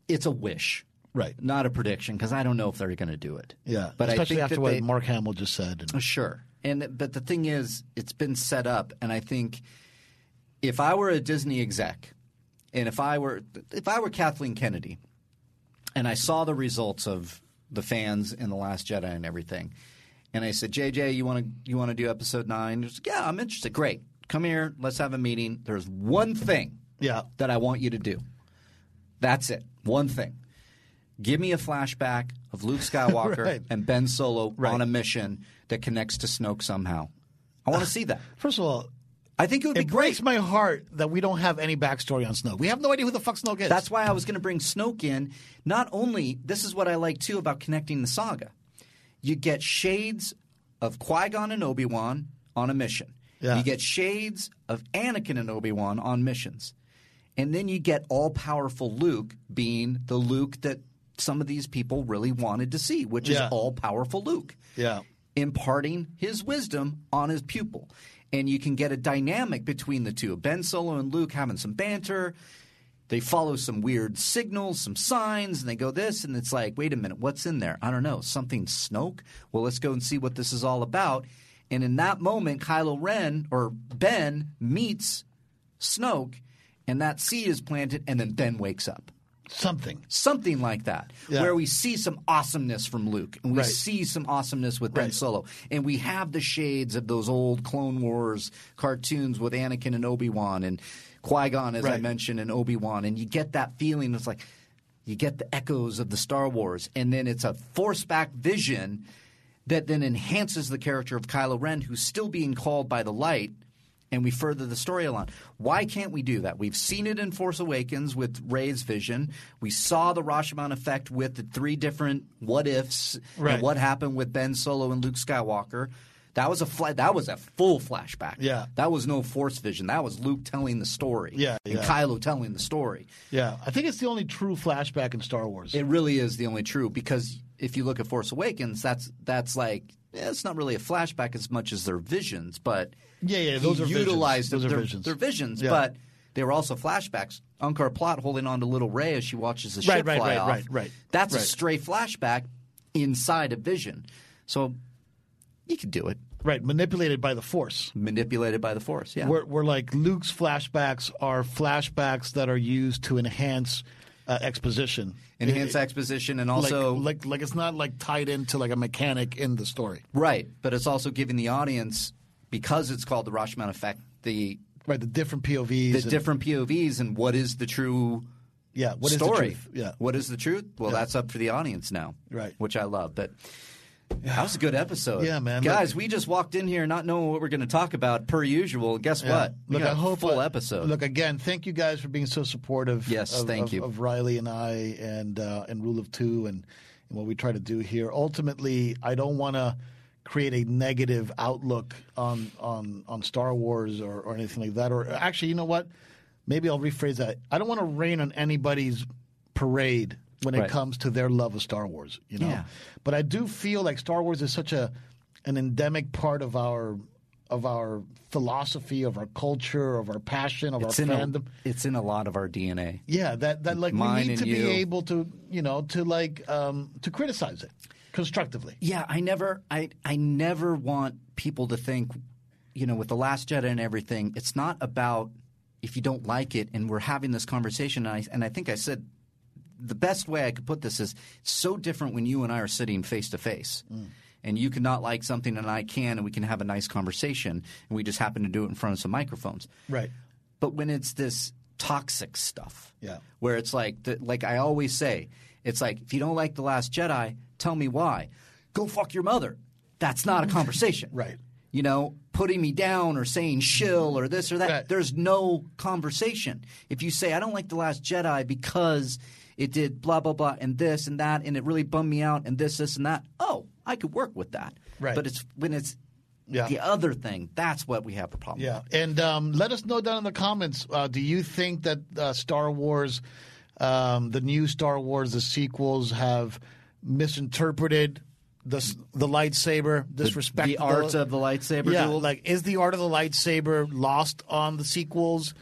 [SPEAKER 5] it's a wish,
[SPEAKER 6] Right.
[SPEAKER 5] not a prediction, because I don't know if they're going to do it.
[SPEAKER 6] Yeah.
[SPEAKER 5] But
[SPEAKER 6] Especially
[SPEAKER 5] I think
[SPEAKER 6] after
[SPEAKER 5] that
[SPEAKER 6] what
[SPEAKER 5] they,
[SPEAKER 6] Mark Hamill just said. And,
[SPEAKER 5] Uh, Sure. And but the thing is, it's been set up, and I think if I were a Disney exec, and if I were if I were Kathleen Kennedy, and I saw the results of the fans and the Last Jedi and everything, and I said, JJ, you want to you want to do Episode Nine? She's like, Yeah, I'm interested. Great, come here. Let's have a meeting. There's one thing
[SPEAKER 6] yeah.
[SPEAKER 5] that I want you to do. That's it. One thing. Give me a flashback of *laughs* Luke Skywalker
[SPEAKER 6] Right.
[SPEAKER 5] and Ben Solo on
[SPEAKER 6] Right.
[SPEAKER 5] a mission that connects to Snoke somehow. I want to see that.
[SPEAKER 6] First of all,
[SPEAKER 5] I think it would be
[SPEAKER 6] it
[SPEAKER 5] great.
[SPEAKER 6] breaks my heart that we don't have any backstory on Snoke. We have no idea who the fuck Snoke is.
[SPEAKER 5] That's why I
[SPEAKER 6] Mm-hmm.
[SPEAKER 5] was going to bring Snoke in. Not only, this is what I like too about connecting the saga. You get shades of Qui Gon and Obi Wan on a mission.
[SPEAKER 6] Yeah.
[SPEAKER 5] You get shades of Anakin and Obi Wan on missions. And then you get all powerful Luke being the Luke that some of these people really wanted to see, which
[SPEAKER 6] Yeah.
[SPEAKER 5] is all powerful Luke
[SPEAKER 6] yeah.
[SPEAKER 5] imparting his wisdom on his pupil. And you can get a dynamic between the two. Ben Solo and Luke having some banter. They follow some weird signals, some signs, and they go this, and it's like, wait a minute, what's in there? I don't know. Something Snoke? Well, let's go and see what this is all about. And in that moment, Kylo Ren or Ben meets Snoke, and that seed is planted, and then Ben wakes up
[SPEAKER 6] Something.
[SPEAKER 5] something like that,
[SPEAKER 6] Yeah.
[SPEAKER 5] where we see some awesomeness from Luke and we
[SPEAKER 6] Right.
[SPEAKER 5] see some awesomeness with Ben
[SPEAKER 6] Right.
[SPEAKER 5] Solo, and we have the shades of those old Clone Wars cartoons with Anakin and Obi Wan and Qui Gon, as I
[SPEAKER 6] Right.
[SPEAKER 5] mentioned, and Obi Wan, and you get that feeling. It's like you get the echoes of the Star Wars, and then it's a force back vision that then enhances the character of Kylo Ren, who's still being called by the light and we further the story along. Why can't we do that? We've seen it in Force Awakens with Ray's vision. We saw the Rashomon effect with the three different what ifs
[SPEAKER 6] Right.
[SPEAKER 5] and what happened with Ben Solo and Luke Skywalker. That was a fla- that was a full flashback.
[SPEAKER 6] Yeah.
[SPEAKER 5] that was no Force vision. That was Luke telling the story.
[SPEAKER 6] Yeah,
[SPEAKER 5] and
[SPEAKER 6] yeah.
[SPEAKER 5] Kylo telling the story.
[SPEAKER 6] Yeah. I think it's the only true flashback in Star Wars.
[SPEAKER 5] It really is the only true because if you look at Force Awakens, that's that's like eh, it's not really a flashback as much as their visions, but
[SPEAKER 6] Yeah, yeah, those
[SPEAKER 5] he
[SPEAKER 6] are visions.
[SPEAKER 5] utilized
[SPEAKER 6] Those are
[SPEAKER 5] their,
[SPEAKER 6] visions.
[SPEAKER 5] their visions,
[SPEAKER 6] Yeah.
[SPEAKER 5] but they were also flashbacks. Unkar Plot holding on to little Ray as she watches the
[SPEAKER 6] Right,
[SPEAKER 5] ship
[SPEAKER 6] right,
[SPEAKER 5] fly
[SPEAKER 6] right,
[SPEAKER 5] off.
[SPEAKER 6] right, right,
[SPEAKER 5] That's a
[SPEAKER 6] right.
[SPEAKER 5] stray flashback inside a vision. So you could do it,
[SPEAKER 6] right. Manipulated by the Force.
[SPEAKER 5] manipulated by the Force. Yeah,
[SPEAKER 6] Where, where like Luke's flashbacks are flashbacks that are used to enhance uh, exposition.
[SPEAKER 5] enhance exposition and also
[SPEAKER 6] like, like like it's not like tied into like a mechanic in the story.
[SPEAKER 5] right, but it's also giving the audience because it's called the Rashomon effect. The
[SPEAKER 6] Right, the different POVs.
[SPEAKER 5] the
[SPEAKER 6] and-
[SPEAKER 5] different POVs and what is the true
[SPEAKER 6] Yeah, what is the
[SPEAKER 5] story?
[SPEAKER 6] truth? Yeah.
[SPEAKER 5] What is the truth? Well, that's up for the audience now.
[SPEAKER 6] Right.
[SPEAKER 5] Which I love. But that was a good episode.
[SPEAKER 6] Yeah, man,
[SPEAKER 5] Guys,
[SPEAKER 6] look-
[SPEAKER 5] we just walked in here not knowing what we're going to talk about per usual. And guess
[SPEAKER 6] Yeah.
[SPEAKER 5] what? We
[SPEAKER 6] Look,
[SPEAKER 5] got
[SPEAKER 6] I
[SPEAKER 5] a
[SPEAKER 6] hope
[SPEAKER 5] full
[SPEAKER 6] uh,
[SPEAKER 5] episode.
[SPEAKER 6] Look again. Thank you guys for being so supportive.
[SPEAKER 5] Yes,
[SPEAKER 6] of,
[SPEAKER 5] thank
[SPEAKER 6] of-
[SPEAKER 5] you.
[SPEAKER 6] of Riley and I and uh, and Rule of Two and and what we try to do here. Ultimately, I don't want to create a negative outlook on on on Star Wars or, or anything like that. Or actually, you know what? Maybe I'll rephrase that. I don't want to rain on anybody's parade when it
[SPEAKER 5] Right.
[SPEAKER 6] comes to their love of Star Wars. You know,
[SPEAKER 5] Yeah.
[SPEAKER 6] but I do feel like Star Wars is such a an endemic part of our of our philosophy, of our culture, of our passion, of
[SPEAKER 5] It's
[SPEAKER 6] our
[SPEAKER 5] in, a,
[SPEAKER 6] fandom.
[SPEAKER 5] it's in a lot of our DNA.
[SPEAKER 6] Yeah, that that like
[SPEAKER 5] Mine
[SPEAKER 6] we need
[SPEAKER 5] and
[SPEAKER 6] to
[SPEAKER 5] you.
[SPEAKER 6] be able to you know to like um, to criticize it constructively.
[SPEAKER 5] Yeah, I never I I never want people to think, you know, with the last Jedi and everything, it's not about if you don't like it and we're having this conversation and I and I think I said the best way I could put this is so different when you and I are sitting face to face. And you cannot like something and I can and we can have a nice conversation and we just happen to do it in front of some microphones.
[SPEAKER 6] Right.
[SPEAKER 5] But when it's this toxic stuff,
[SPEAKER 6] Yeah.
[SPEAKER 5] where it's like, the, like I always say, it's like if you don't like the Last Jedi, tell me why. Go fuck your mother. That's
[SPEAKER 6] *laughs*
[SPEAKER 5] not a conversation,
[SPEAKER 6] Right.
[SPEAKER 5] You know, putting me down or saying shill or this or that.
[SPEAKER 6] Right.
[SPEAKER 5] There's no conversation. If you say I don't like the Last Jedi because it did blah blah blah and this and that and it really bummed me out and this this and that. Oh, I could work with that.
[SPEAKER 6] Right.
[SPEAKER 5] But it's when it's
[SPEAKER 6] Yeah.
[SPEAKER 5] the other thing that's what we have a problem.
[SPEAKER 6] Yeah, and um, let us know down in the comments. Uh, do you think that uh, Star Wars, um, the new Star Wars, the sequels have misinterpreted the s- the lightsaber, disrespect
[SPEAKER 5] the art of the lightsaber
[SPEAKER 6] Yeah,
[SPEAKER 5] duel?
[SPEAKER 6] like is the art of the lightsaber lost on the sequels?